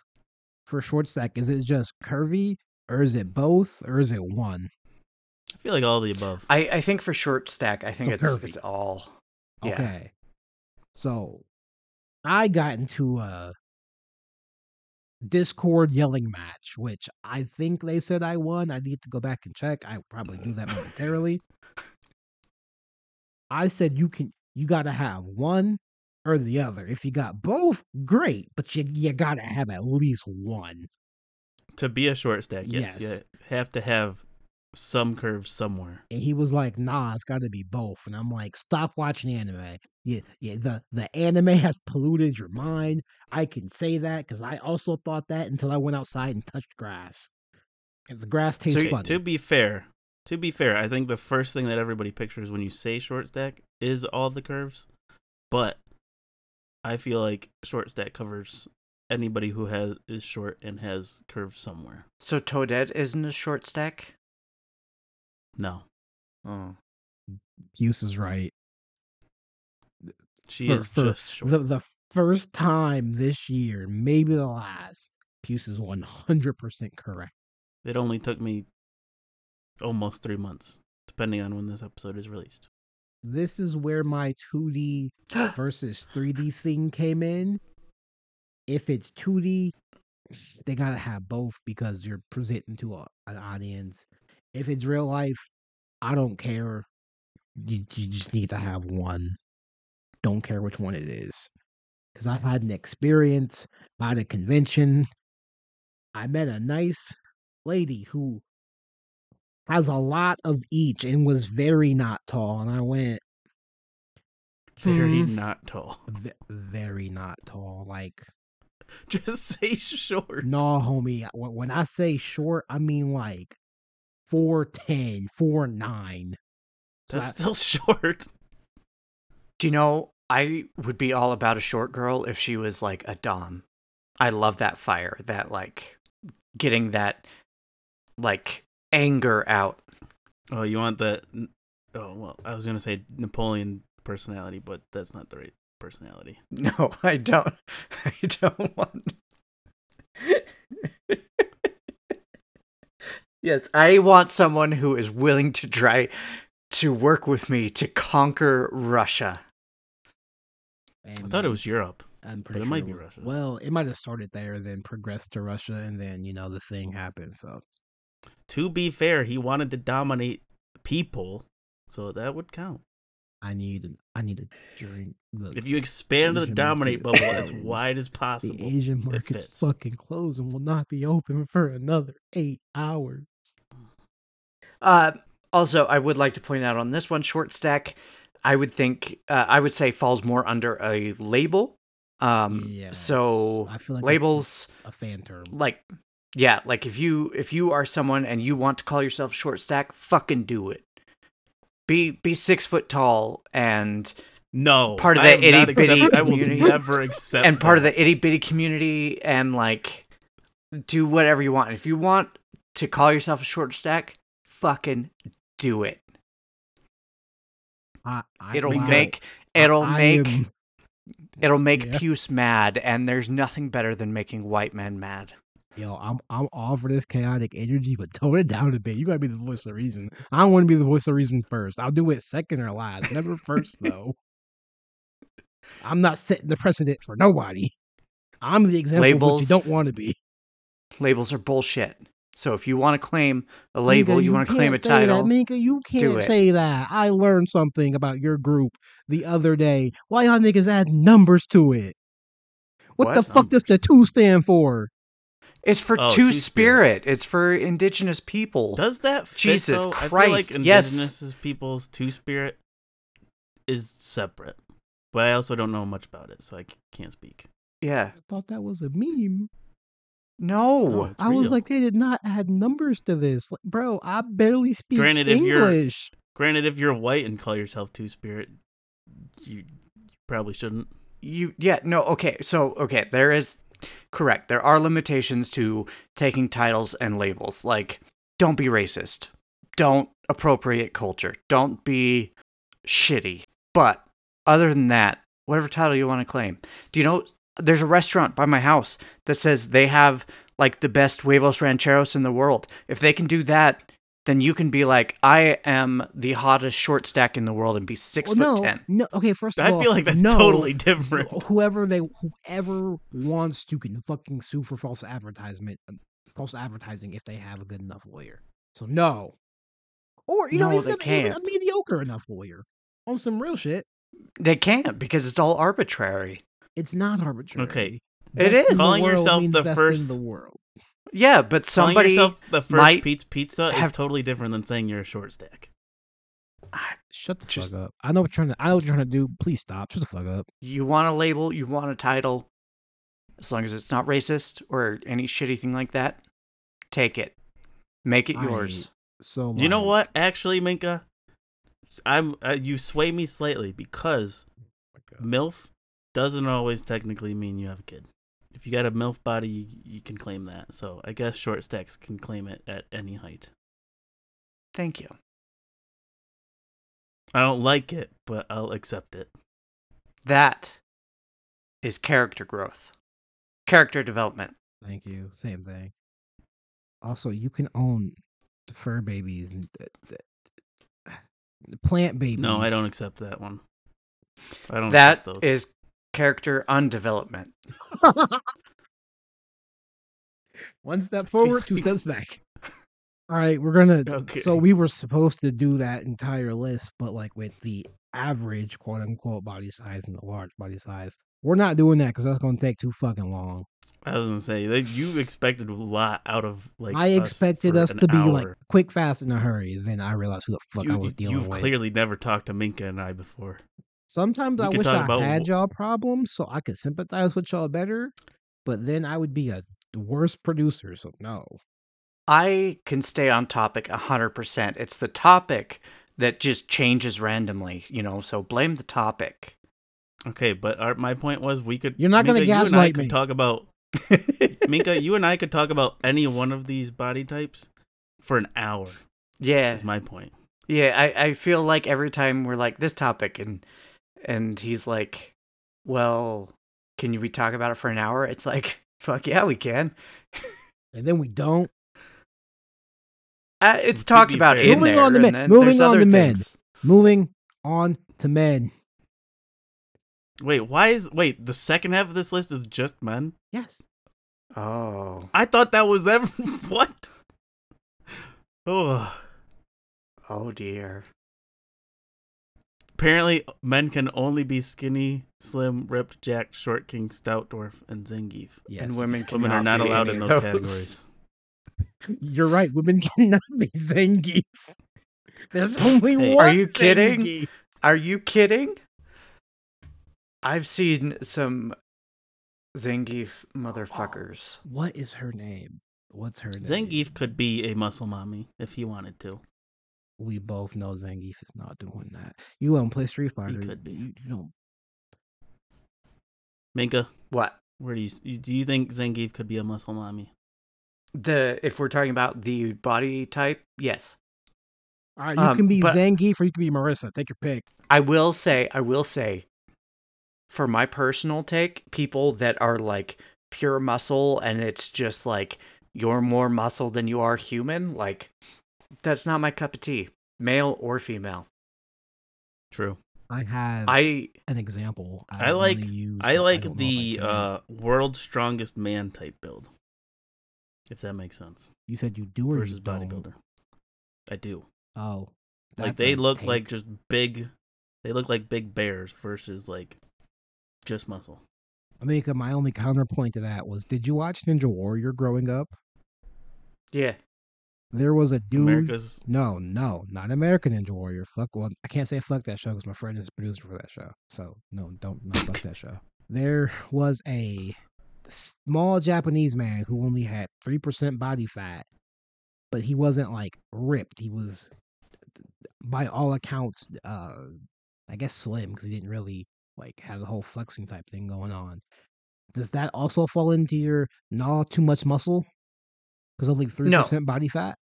S3: for short stack, is it just curvy, or is it both, or is it one?
S2: i feel like all of the above
S4: I, I think for short stack, I think
S3: So
S4: it's
S3: curvy.
S4: it's all. Yeah.
S3: Okay. So I got into a Discord yelling match, which I think they said I won. I need to go back and check. I will probably do that momentarily. I said you can you gotta have one or the other. If you got both, great, but you you gotta have at least one.
S2: to be a short stack yes,
S3: Yes.
S2: you have to have some curve somewhere
S3: And he was like, nah, it's gotta be both. And I'm like, stop watching anime. Yeah, yeah, the, the anime has polluted your mind. I can say that because I also thought that until I went outside and touched grass. And the grass tastes
S2: to,
S3: funny.
S2: to be fair to be fair i think the first thing that everybody pictures when you say short stack is all the curves but i feel like short stack covers anybody who has is short and has curves somewhere
S4: So Toadette isn't a short stack.
S2: No,
S4: Oh,
S3: Hughes is right.
S2: she
S3: For-
S2: is
S3: for
S2: just short.
S3: The the first time this year, maybe the last, Puce is 100% correct.
S2: it only took me almost three months, depending on when this episode is released.
S3: this is where my 2D versus 3D thing came in. If it's 2D, they gotta have both because you're presenting to a, an audience. If it's real life, I don't care. You you just need to have one. Don't care which one it is. Because I had an experience at a convention. I met a nice lady who has a lot of each and was very not tall. And I went,
S2: Very
S4: Hmm.
S2: not tall.
S3: v- very not tall. Like,
S2: Just say short.
S3: no, homie. wh- When I say short, I mean like 4'10, 4'9. So
S2: That's
S3: I-
S2: still short.
S4: Do you know, I would be all about a short girl if she was like a Dom. I love that fire, that like getting that like anger out.
S2: Oh, you want that? Oh well, I was gonna say Napoleon personality, but that's not the right personality.
S4: No, I don't. I don't want. yes, I want someone who is willing to try to work with me to conquer Russia.
S3: And
S2: I thought it was Europe.
S3: I'm pretty
S2: it
S3: sure
S2: might be
S3: was-
S2: Russia.
S3: Well, it might have started there, then progressed to Russia, and then, you know, the thing happened. So,
S2: To be fair, he wanted to dominate people, so that would count.
S3: I need an- I need a drink. The,
S2: If you expand the
S3: Asian
S2: dominate
S3: market
S2: bubble as
S3: closed.
S2: wide as
S3: the
S2: possible,
S3: Asian market's
S2: fits.
S3: fucking closed and will not be open for another eight hours.
S4: Uh, also, I would like to point out on this one, short stack, I would think uh, I would say falls more under a label. Um, so
S3: Yes, I feel like that's
S4: labels
S3: a fan term.
S4: like yeah like if you if you are someone and you want to call yourself short stack fucking do it be be six foot tall and
S2: no
S4: Part of
S2: I
S4: that
S2: am not
S4: itty-bitty
S2: accept- I will
S4: community.
S2: never accept.
S4: and part of
S2: that.
S4: the itty bitty community and like do whatever you want if you want to call yourself a short stack fucking do it
S3: I, I,
S4: it'll
S3: wow.
S4: make it'll
S3: I
S4: make
S3: am-
S4: it'll make
S3: Yeah.
S4: puce mad and there's nothing better than making white men mad
S3: Yo, I'm I'm all for this chaotic energy, but tone it down a bit. You gotta be the voice of reason. I don't want to be the voice of reason first. I'll do it second or last, never first though. I'm not setting the precedent for nobody. I'm the example of what
S4: Labels.
S3: you don't want to be.
S4: labels are bullshit so if you want to claim a label
S3: Minka,
S4: you, want to claim a
S3: can't say that.
S4: title
S3: Minka, you can't
S4: it.
S3: say that. I learned something about your group the other day. Why y'all niggas add numbers to it? What, the
S4: What?
S3: fuck does the two stand for?
S4: It's for
S2: Oh,
S4: Two,
S2: Two Spirit.
S4: Spirit. It's for indigenous people.
S2: Does that fit,
S4: Jesus
S2: though? I
S4: Christ,
S2: feel like
S4: yes.
S2: Indigenous people's two spirit is separate, but I also don't know much about it, so I c- can't speak.
S4: yeah.
S3: I thought that was a meme.
S2: No,
S4: No.
S2: it's
S3: I was
S2: real.
S3: like, they did not add numbers to this, like, bro. I barely speak
S2: Granted, if you're-
S3: English.
S2: Granted, if you're white and call yourself Two Spirit, you, you probably shouldn't.
S4: You yeah, no, okay. So okay, there is correct. There are limitations to taking titles and labels. Like don't be racist. Don't appropriate culture. Don't be shitty. But other than that, whatever title you want to claim. Do you know there's a restaurant by my house that says they have like the best huevos rancheros in the world. If they can do that, then you can be like, I am the hottest short stack in the world and be six
S3: Well,
S4: foot
S3: no,
S4: ten.
S3: no. Okay, first of
S2: I
S3: all,
S2: feel like that's
S3: no.
S2: totally
S3: So
S2: different.
S3: Whoever they, whoever wants to can fucking sue for false advertisement, um, false advertising if they have a good enough lawyer. So no, or you know,
S4: No,
S3: even,
S4: they
S3: a, even a
S4: can't.
S3: mediocre enough lawyer on some real shit.
S4: They can't because it's all arbitrary.
S3: It's not arbitrary.
S4: It
S3: Best in
S4: is.
S3: the
S4: Calling
S3: world
S2: yourself
S3: means
S2: the
S3: best
S2: first-
S3: in the world.
S4: Yeah, but
S2: Calling
S4: somebody.
S2: yourself the first
S4: might
S2: Pete's Pizza is
S4: have-
S2: totally different than saying you're a short stack.
S3: Shut the
S4: Just-
S3: fuck up. I know what you're trying to. I know what you're trying to do. Please stop. Shut the fuck up.
S4: You want a label, you want a title, as long as it's not racist or any shitty thing like that, take it. Make it
S3: I-
S4: yours. Oh
S3: So
S2: You know
S3: like-
S2: what? Actually, Minka, I'm uh, you sway me slightly because MILF doesn't always technically mean you have a kid. If you got a MILF body, you, you can claim that. So I guess short stacks can claim it at any height.
S4: Thank you.
S2: I don't like it, but I'll accept it.
S4: That is character growth, character development.
S3: Thank you. Same thing. Also, you can own the fur babies and th- th- plant babies.
S2: No, I don't accept that one. I don't
S4: That
S2: accept those.
S4: is character undevelopment.
S3: One step forward, two steps back. All right, we're gonna.
S2: Okay.
S3: So we were supposed to do that entire list, but like with the average quote unquote body size and the large body size, we're not doing that because that's gonna take too fucking long.
S2: I was gonna say that you expected a lot out of like.
S3: I expected
S2: for
S3: us
S2: an
S3: to be like
S2: hour.
S3: quick, fast, in a hurry. Then I realized who the fuck I
S2: You-
S3: was dealing
S2: You've
S3: with.
S2: clearly never talked to Minka and I before.
S3: Sometimes
S2: we
S3: I
S2: could
S3: wish
S2: talk
S3: I
S2: about
S3: had
S2: wh-
S3: y'all problems so I could sympathize with y'all better, but then I would be a worse producer. So no.
S4: I can stay on topic 100%. It's the topic that just changes randomly, you know, so blame the topic.
S2: Okay, but our, my point was we could.
S3: You're not gonna
S2: Minka, you and I
S3: gaslight
S2: could
S3: me.
S2: Talk about Minka. You and I could talk about any one of these body types for an hour.
S4: yeah.
S2: Is my point.
S4: Yeah, I, I feel like every time we're like this topic and and he's like, Well, can you- we talk about it for an hour? It's like, fuck yeah, we can.
S3: And then we don't.
S4: Uh, it's
S2: To
S4: talked
S2: be
S4: about
S2: fair-
S4: in
S3: Moving
S4: there,
S3: on to
S4: and
S3: men-
S4: then
S3: moving
S4: there's
S3: on
S4: other
S3: to men.
S4: things.
S3: Moving on to men.
S2: Wait, why is wait the second half of this list is just men?
S3: Yes.
S4: Oh,
S2: I thought that was ever what? Oh,
S4: oh dear.
S2: apparently men can only be skinny, slim, ripped, jacked, short, king, stout, dwarf, and Zangief.
S3: Yes.
S4: And women can
S2: Women are not
S4: be
S2: allowed
S4: any
S2: in those,
S4: of
S2: categories.
S3: You're right. Women cannot be Zangief. There's only
S2: Hey,
S3: one.
S4: are you kidding?
S3: Zangief.
S4: Are you kidding? I've seen some Zangief motherfuckers.
S3: What is her name? What's her name?
S2: Zangief could be a muscle mommy if he wanted to.
S3: We both know Zangief is not doing that. You don't play Street Fighter.
S2: could be.
S3: You, you don't.
S2: Minka,
S4: What?
S2: where do you you- do you think Zangief could be a muscle mommy?
S4: The if we're talking about the body type, yes.
S3: All right, you
S4: Um,
S3: can be
S4: but-
S3: Zangief or you can be Marissa. Take your pick.
S4: I will say, I will say, for my personal take, people that are like pure muscle and it's just like you're more muscle than you are human, like that's not my cup of tea, male or female.
S2: True.
S3: I have
S4: I
S3: an example.
S2: I
S3: wanna
S2: like-
S3: use,
S2: I
S3: but
S2: like
S3: don't know if I
S2: the
S3: can.
S2: uh, world's strongest man type build. If that makes sense.
S3: You said you do or you
S2: Versus
S3: don't.
S2: bodybuilder. I do.
S3: Oh,
S2: like
S3: that's
S2: they
S3: a
S2: look
S3: take.
S2: like just big they look like big bears versus like just muscle
S3: I mean, 'cause my only counterpoint to that was: Did you watch Ninja Warrior growing up?
S4: yeah,
S3: There was a dude.
S2: america's
S3: No, no, not American Ninja Warrior. Fuck one. I can't say fuck that show because my friend is a producer for that show. So no, don't not fuck that show. There was a small Japanese man who only had three percent body fat, but he wasn't like ripped. He was, by all accounts, uh, I guess slim because he didn't really like have the whole flexing type thing going on. Does that also fall into your nah too much muscle? Because only three percent body fat.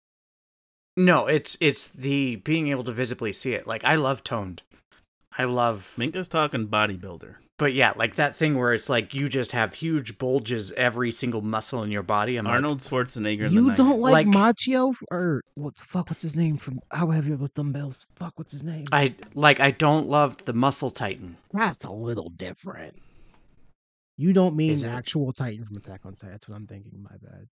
S4: no, it's it's the being able to visibly see it. Like I love toned, I love,
S2: minka's talking bodybuilder
S4: but yeah, like that thing where it's like you just have huge bulges every single muscle in your body. I'm
S2: arnold schwarzenegger in
S3: You
S2: the 90s.
S3: don't like,
S4: Like-
S3: Machio f- or what? the Fuck, what's his name from How Heavy Are Those Dumbbells? Fuck, what's his name?
S4: like, I like I don't love the muscle titan.
S3: That's a little different. You don't mean
S4: Is
S3: the
S4: it?
S3: actual Titan from Attack on Titan. That's what I'm thinking. My bad.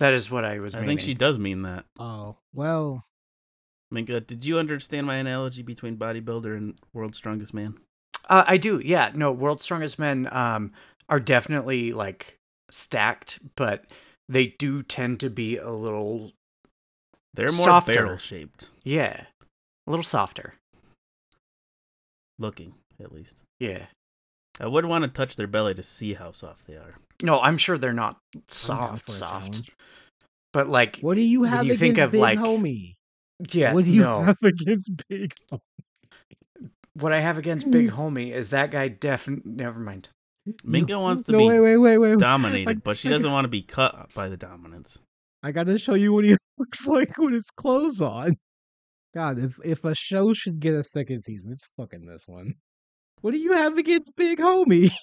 S4: That is what I was.
S2: i think
S4: meaning.
S2: she does mean that
S3: Oh well,
S2: minka did you understand my analogy between bodybuilder and world's strongest man
S4: Uh, I do. Yeah. No, World's Strongest Men um, are definitely like stacked, but they do tend to be a little,
S2: they're more
S4: Softer.
S2: barrel shaped
S4: yeah, a little softer.
S2: looking at least
S4: Yeah.
S2: i would want to touch their belly to see how soft they are
S4: No, I'm sure they're not
S3: I'm down
S4: soft,
S3: for a
S4: soft,
S3: challenge.
S4: but like,
S3: What do you
S4: When
S3: have
S4: you
S3: against
S4: think of,
S3: big
S4: like-
S3: homie?
S4: yeah,
S3: what do you
S4: no.
S3: have against big? Homie?
S4: What I have against Big
S3: Mm.
S4: Homie is that guy definitely, never mind.
S2: minka wants to
S3: no,
S2: be
S3: wait, wait, wait, wait.
S2: dominated
S3: I-
S2: but she
S3: I-
S2: doesn't want to be cut by the dominance
S3: I gotta show you what he looks like with his clothes on. God, if if a show should get a second season, it's fucking this one. What do you have against Big Homie?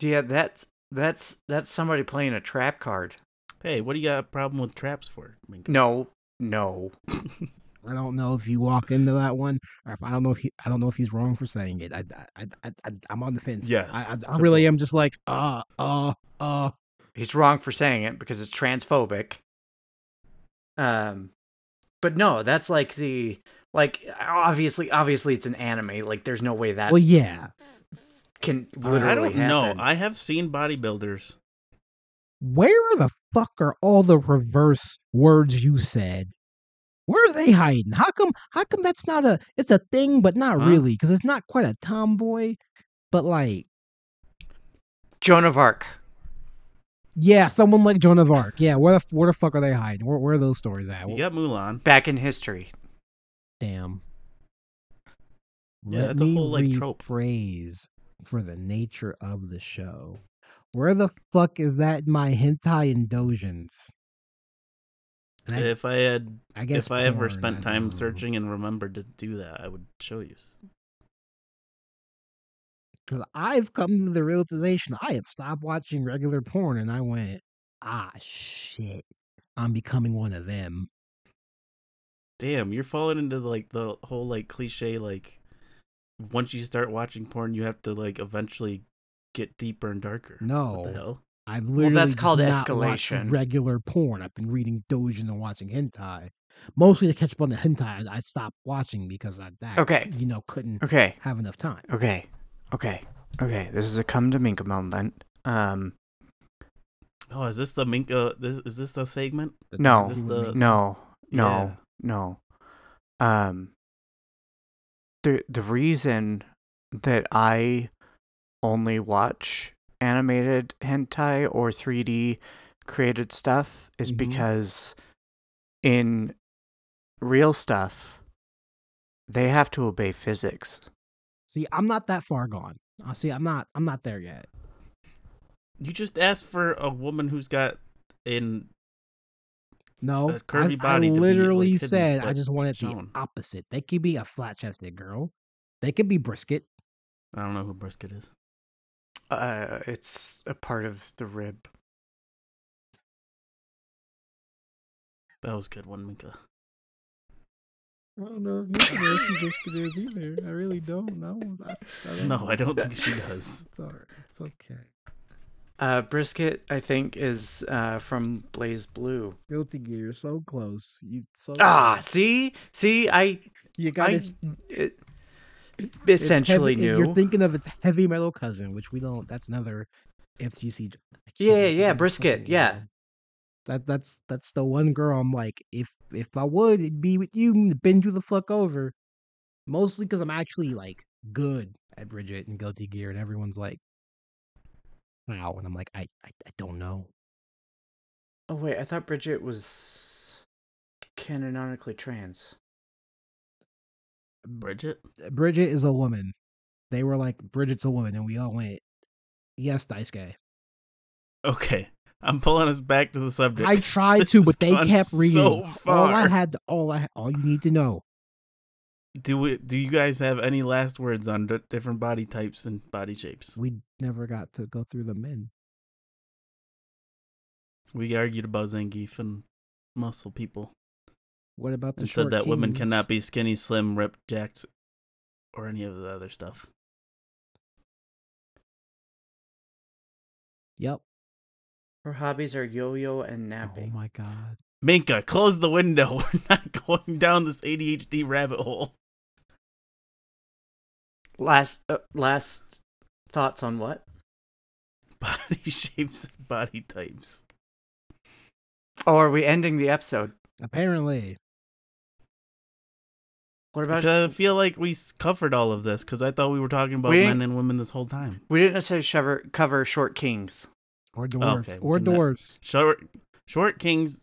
S4: Yeah, that's, that's, that's somebody playing a trap card.
S2: hey what do you got a problem with traps for minka
S4: No, no.
S3: I don't know if you walk into that one, or if I don't know if he, I don't know if he's wrong for saying it. I, I, I, I I'm on the fence.
S2: Yes,
S3: I, I, I
S2: to
S3: really
S2: both.
S3: am just like uh, uh, uh.
S4: He's wrong for saying it because it's transphobic. Um, but no, that's like the like obviously obviously it's an anime. Like there's no way that
S3: Well, yeah.
S4: can literally.
S2: I don't know.
S4: happen.
S2: I have seen bodybuilders.
S3: Where the fuck are all the reverse words you said? Where are they hiding? How come? How come that's not a? It's a thing, but not
S2: Huh?
S3: really, because it's not quite a tomboy. But like,
S4: Joan of Arc.
S3: yeah, someone like Joan of Arc. Yeah, where the where the fuck are they hiding? Where where are those stories at?
S2: You got Mulan.
S4: back in history.
S3: Damn.
S2: Yeah,
S3: Let
S2: that's a
S3: me
S2: whole, like, trope.
S3: rephrase for the nature of the show. Where the fuck is that in my hentai indulgence? And I,
S2: If I had,
S3: I guess
S2: if I ever
S3: porn,
S2: spent
S3: I
S2: time
S3: don't know.
S2: searching and remembered to do that, I would show you.
S3: because I've come to the realization I have stopped watching regular porn, and I went, ah, shit, I'm becoming one of them.
S2: Damn, you're falling into like the whole like cliche like. Once you start watching porn, you have to like eventually get deeper and darker. what
S3: No.
S2: the hell?
S3: I've literally
S4: that's
S3: just
S4: called
S3: not watched
S4: escalation.
S3: regular porn. I've been reading doujins and watching hentai, mostly to catch up on the hentai. I, I stopped watching because I that
S4: Okay.
S3: you know couldn't
S4: Okay,
S3: have enough time.
S4: okay, okay, okay. This is a come to Minka moment. Um,
S2: Oh, is this the mink? Uh, this is this the segment?
S3: But
S4: No.
S3: that's
S2: Is this
S3: what
S2: the-
S3: made-
S4: no, no, no. Um, the the reason that I only watch animated hentai or 3D created stuff is
S3: Mhm.
S4: because in real stuff they have to obey physics.
S3: See, I'm not that far gone. Uh, see, I'm not. I'm not there yet.
S2: You just asked for a woman who's got in.
S3: No,
S2: A
S3: I-
S2: curvy
S3: I,
S2: body to be, like,
S3: literally
S2: hidden,
S3: said I
S2: but
S3: just wanted
S2: shown.
S3: the opposite. They could be a flat-chested girl. They could be brisket.
S2: I don't know who brisket is.
S4: Uh, it's a part of the rib.
S2: That was a good one, Minka.
S3: I don't know if brisket is either. I really don't know.
S2: No, I don't think she does.
S3: It's all right. It's okay.
S4: Uh, brisket, I think, is uh, from Blaze Blue.
S3: Guilty Gear, so close. You so
S4: Ah,
S3: close.
S4: see, see, I,
S3: you got
S4: I
S3: its-
S4: it,
S3: it's
S4: essentially
S3: heavy-
S4: knew.
S3: You're thinking of its heavy metal cousin, which we don't. That's another FGC. j- I can't
S4: Yeah,
S3: remember
S4: yeah,
S3: her
S4: brisket,
S3: fucking
S4: yeah.
S3: name. That that's that's the one girl. I'm like, if if I would, it'd be with you and bend you the fuck over. Mostly because I'm actually like good at Bridget and Guilty Gear, and everyone's like, wow, and I'm like, I I, I don't know.
S4: oh wait, I thought Bridget was canonically trans.
S2: Bridget.
S3: Bridget is a woman. They were like, Bridget's a woman, and we all went, yes, Dice Guy.
S2: Okay, I'm pulling us back to the subject.
S3: I tried
S2: This
S3: to,
S2: has
S3: but they
S2: gone
S3: kept reading.
S2: So
S3: All
S2: far.
S3: I had, all I, all you need to know.
S2: Do we, Do you guys have any last words on d- different body types and body shapes?
S3: We never got to go through the men.
S2: We argued about Zangief and muscle people,
S3: What about the
S2: and
S3: short
S2: said that women
S3: kings?
S2: cannot be skinny, slim, ripped, jacked, or any of the other stuff.
S3: Yep.
S4: Her hobbies are yo-yo and
S3: Oh
S4: napping.
S3: my god.
S2: Minka, close the window. We're not going down this ADHD rabbit hole.
S4: last, uh, last thoughts on what?
S2: Body shapes and body types.
S4: Oh, are we ending the episode?
S3: Apparently,
S4: What about?
S2: Because I feel like we s- covered all of this because I thought we were talking about
S4: We-
S2: men and women this whole time.
S4: We didn't necessarily shover, cover short kings.
S3: or dwarves,
S2: okay, we
S3: or
S2: cannot-
S3: dwarves.
S2: Short, short kings.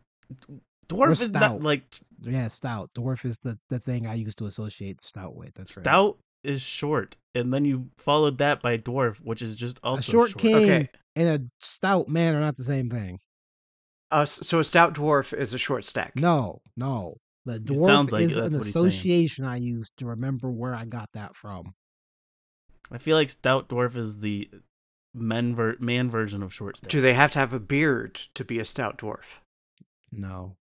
S3: Or
S2: Dwarf is not
S3: stout.
S2: like
S3: Yeah, stout. Dwarf is the the thing I used to associate stout with. That's right.
S2: stout is short, and then you followed that by dwarf, which is just also
S3: a short, king
S4: Okay.
S3: and a stout man are not the same thing.
S4: Uh, s- so a stout dwarf is a short stack.
S3: No, no. The dwarf
S2: sounds like
S3: is
S2: that's
S3: an
S2: what he's saying.
S3: association I used to remember where I got that from.
S2: I feel like stout dwarf is the men ver- man version of short. Stout.
S4: Do they have to have a beard to be a stout dwarf?
S3: No.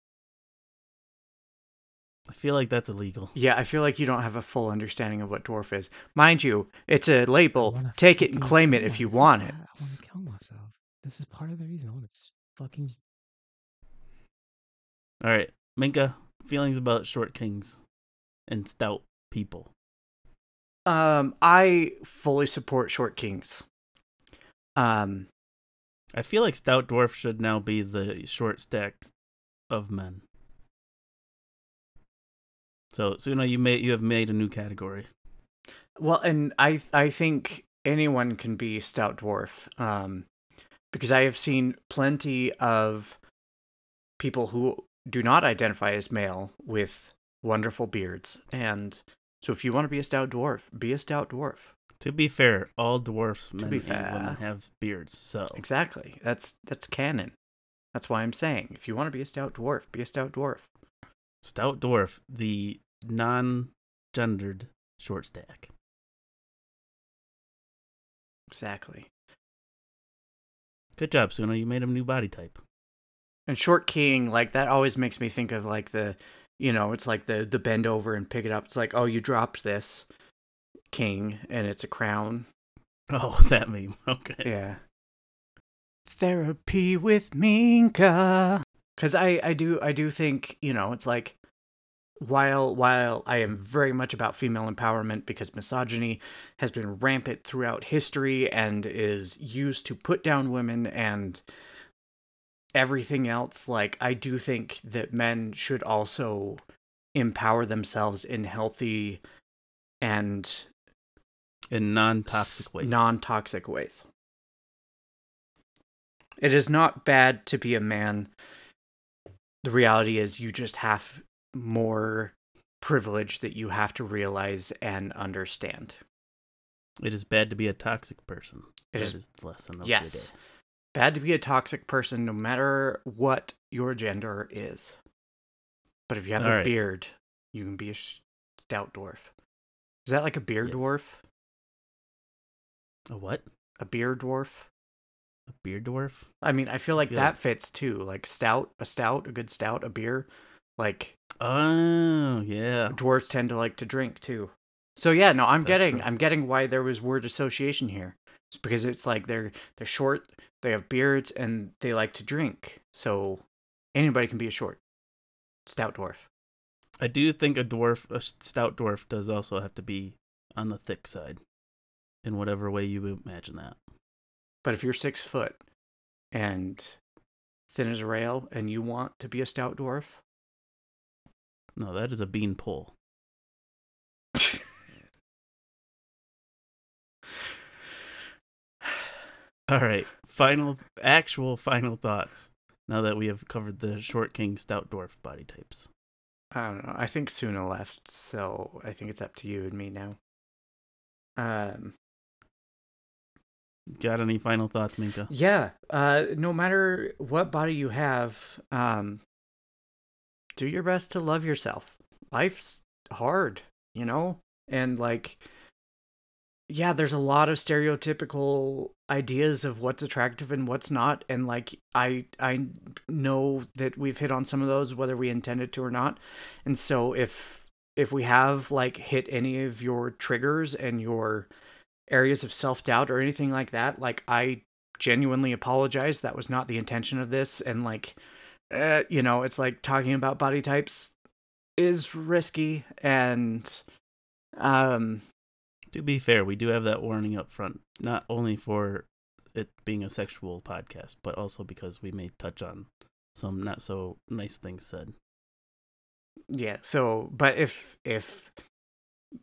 S2: I feel like that's illegal.
S4: Yeah, I feel like you don't have a full understanding of what dwarf is. Mind you, it's a label.
S3: wanna
S4: Take it and
S3: fucking
S4: claim it
S3: kill
S4: if you
S3: myself.
S4: want it.
S3: I want to kill myself. This is part of the reason I want to just fucking.
S2: All right, Minka, feelings about short kings and stout people.
S4: Um, I fully support short kings. Um,
S2: I feel like stout dwarf should now be the short stack of men. So Suna, you made you have made a new category.
S4: well, and I I think anyone can be stout dwarf. Um, because I have seen plenty of people who do not identify as male with wonderful beards, and so if you want to be a stout dwarf, be a stout dwarf.
S2: To be fair, all dwarfs men
S4: be
S2: and women
S4: fair.
S2: have beards. So
S4: Exactly. That's that's canon. That's why I'm saying if you want to be a stout dwarf, be a stout dwarf.
S2: stout dwarf, the non-gendered short stack.
S4: Exactly.
S2: Good job, Suna. You made a new body type.
S4: And short king, like that always makes me think of like the you know, it's like the the bend over and pick it up. It's like, oh you dropped this king and it's a crown.
S2: Oh, that meme. Okay.
S4: Yeah. Therapy with Minka. Cause I, I do I do think, you know, it's like while while I am very much about female empowerment because misogyny has been rampant throughout history and is used to put down women and everything else, like I do think that men should also empower themselves in healthy and
S2: In non-toxic ways.
S4: non toxic ways. It is not bad to be a man. The reality is, you just have more privilege that you have to realize and understand.
S2: It is bad to be a toxic person.
S4: It
S2: That
S4: is-
S2: is the lesson of
S4: yes.
S2: the day.
S4: Bad to be a toxic person, no matter what your gender is. But if you have
S2: All
S4: a
S2: right.
S4: beard, you can be a sh- stout dwarf. Is that like a beard
S2: Yes.
S4: dwarf?
S2: A what?
S4: A beard dwarf?
S2: A beard dwarf?
S4: I mean, I feel like
S2: feel
S4: that
S2: like-
S4: fits too. Like stout, a stout, a good stout, a beer. Like
S2: Oh yeah.
S4: dwarves tend to like to drink too. So yeah, no, I'm
S2: That's
S4: getting,
S2: true.
S4: I'm getting why there was word association here. It's because it's like they're they're short, they have beards, and they like to drink. So anybody can be a short stout dwarf.
S2: I do think a dwarf, a stout dwarf, does also have to be on the thick side, in whatever way you imagine that.
S4: But if you're six foot and thin as a rail, and you want to be a stout dwarf,
S2: No, that is a bean pole. All right, final, actual final thoughts. Now that we have covered the short king, stout dwarf body types.
S4: I don't know. I think Suna left, so I think it's up to you and me now. Um,
S2: Got any final thoughts, Minka?
S4: yeah. Uh, no matter what body you have, um, do your best to love yourself. Life's hard, you know, and like, yeah, there's a lot of stereotypical ideas of what's attractive and what's not, and like, I I know that we've hit on some of those whether we intended to or not, and so if if we have like hit any of your triggers and your areas of self-doubt or anything like that like i genuinely apologize. That was not the intention of this. And like, uh, you know, it's like talking about body types is risky. And um,
S2: To be fair, we do have that warning up front, not only for it being a sexual podcast, but also because we may touch on some not so nice things said.
S4: yeah. So, but if if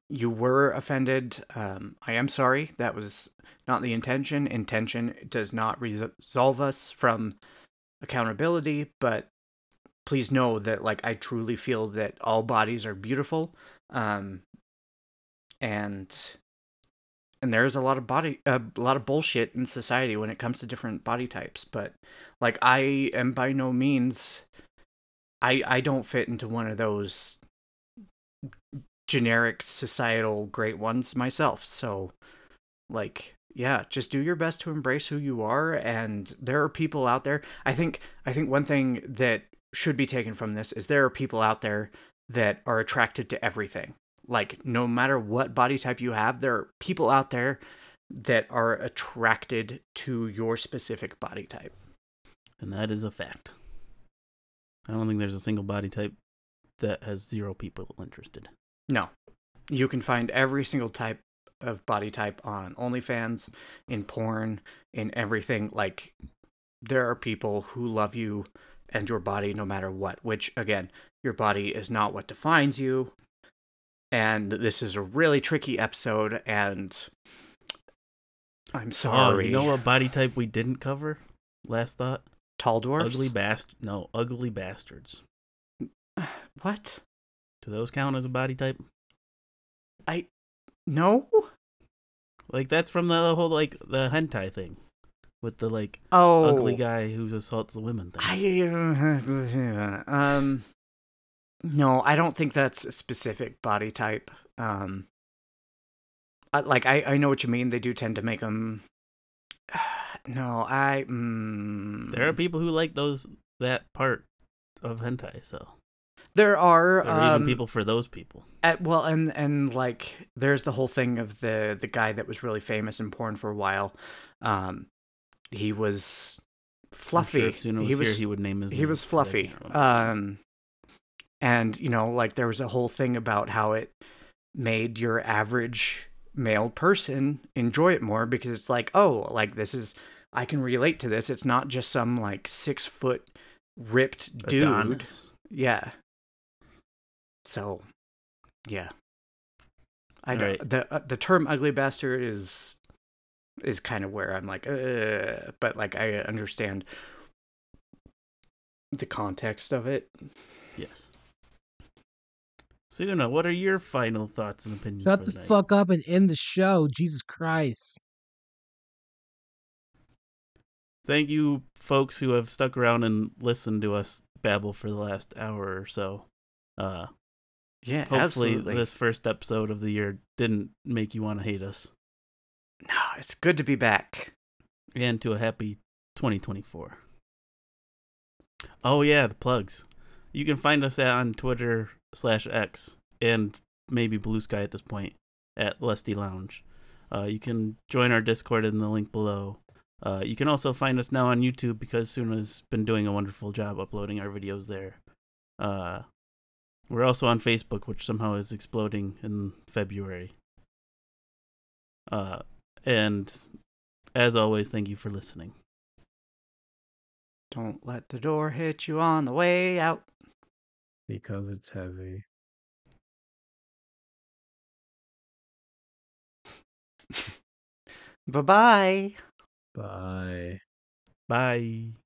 S4: you were offended, um, I am sorry. That was not the intention. Intention does not res- resolve us from accountability, but please know that like I truly feel that all bodies are beautiful. Um and and there's a lot of body a lot of bullshit in society when it comes to different body types, but like I am by no means I I don't fit into one of those generic societal great ones myself. So like yeah, just do your best to embrace who you are and there are people out there. I think I think one thing that should be taken from this is there are people out there that are attracted to everything. Like, no matter what body type you have, there are people out there that are attracted to your specific body type.
S2: and that is a fact. I don't think there's a single body type that has zero people interested.
S4: No, you can find every single type of body type on OnlyFans, in porn, in everything. Like, there are people who love you and your body no matter what, which, again, your body is not what defines you. And this is a really tricky episode, and I'm sorry.
S2: Oh, you know what body type we didn't cover? Last thought.
S4: Tall dwarfs?
S2: Ugly bast. No, ugly bastards.
S4: what?
S2: Do those count as a body type?
S4: No?
S2: Like that's from the whole like the hentai thing, with the like
S4: Oh.
S2: ugly guy who assaults the women thing.
S4: I uh, um no, I don't think that's a specific body type. Um I, like I I know what you mean. They do tend to make them No, I mm,
S2: there are people who like those that part of hentai. So
S4: there are
S2: there are
S4: um,
S2: even people for those people.
S4: At, well, and and like there's the whole thing of the the guy that was really famous in porn for a while. Um, he was
S2: I'm
S4: fluffy.
S2: sure if Suna was
S4: he
S2: here,
S4: was
S2: he would name his.
S4: he
S2: name,
S4: was
S2: but I can't
S4: fluffy.
S2: remember.
S4: Um, and you know, like there was a whole thing about how it made your average male person enjoy it more because it's like, oh, like this is I can relate to this. It's not just some like six foot ripped dude.
S2: Adonis.
S4: Yeah. So, yeah. I
S2: All
S4: don't,
S2: right.
S4: the uh, the term ugly bastard is is kind of where I'm like uh but like I understand the context of it.
S2: Yes. Suna, what are your final thoughts and opinions?
S3: Shut
S2: for
S3: the
S2: night?
S3: fuck up and end the show. Jesus Christ.
S2: Thank you, folks who have stuck around and listened to us babble for the last hour or so. Uh,
S4: Yeah,
S2: hopefully,
S4: absolutely.
S2: this first episode of the year didn't make you want to hate us.
S4: No, it's good to be back.
S2: and to a happy 2024. Oh yeah, the plugs. You can find us at on Twitter slash X and maybe Blue Sky at this point at Lusty Lounge. Uh, you can join our Discord in the link below. Uh, you can also find us now on YouTube because Suna's been doing a wonderful job uploading our videos there. Uh, we're also on Facebook, which somehow is exploding in February. Uh, and as always, thank you for listening.
S4: Don't let the door hit you on the way out.
S5: because it's heavy.
S4: Bye-bye.
S5: Bye.
S2: Bye.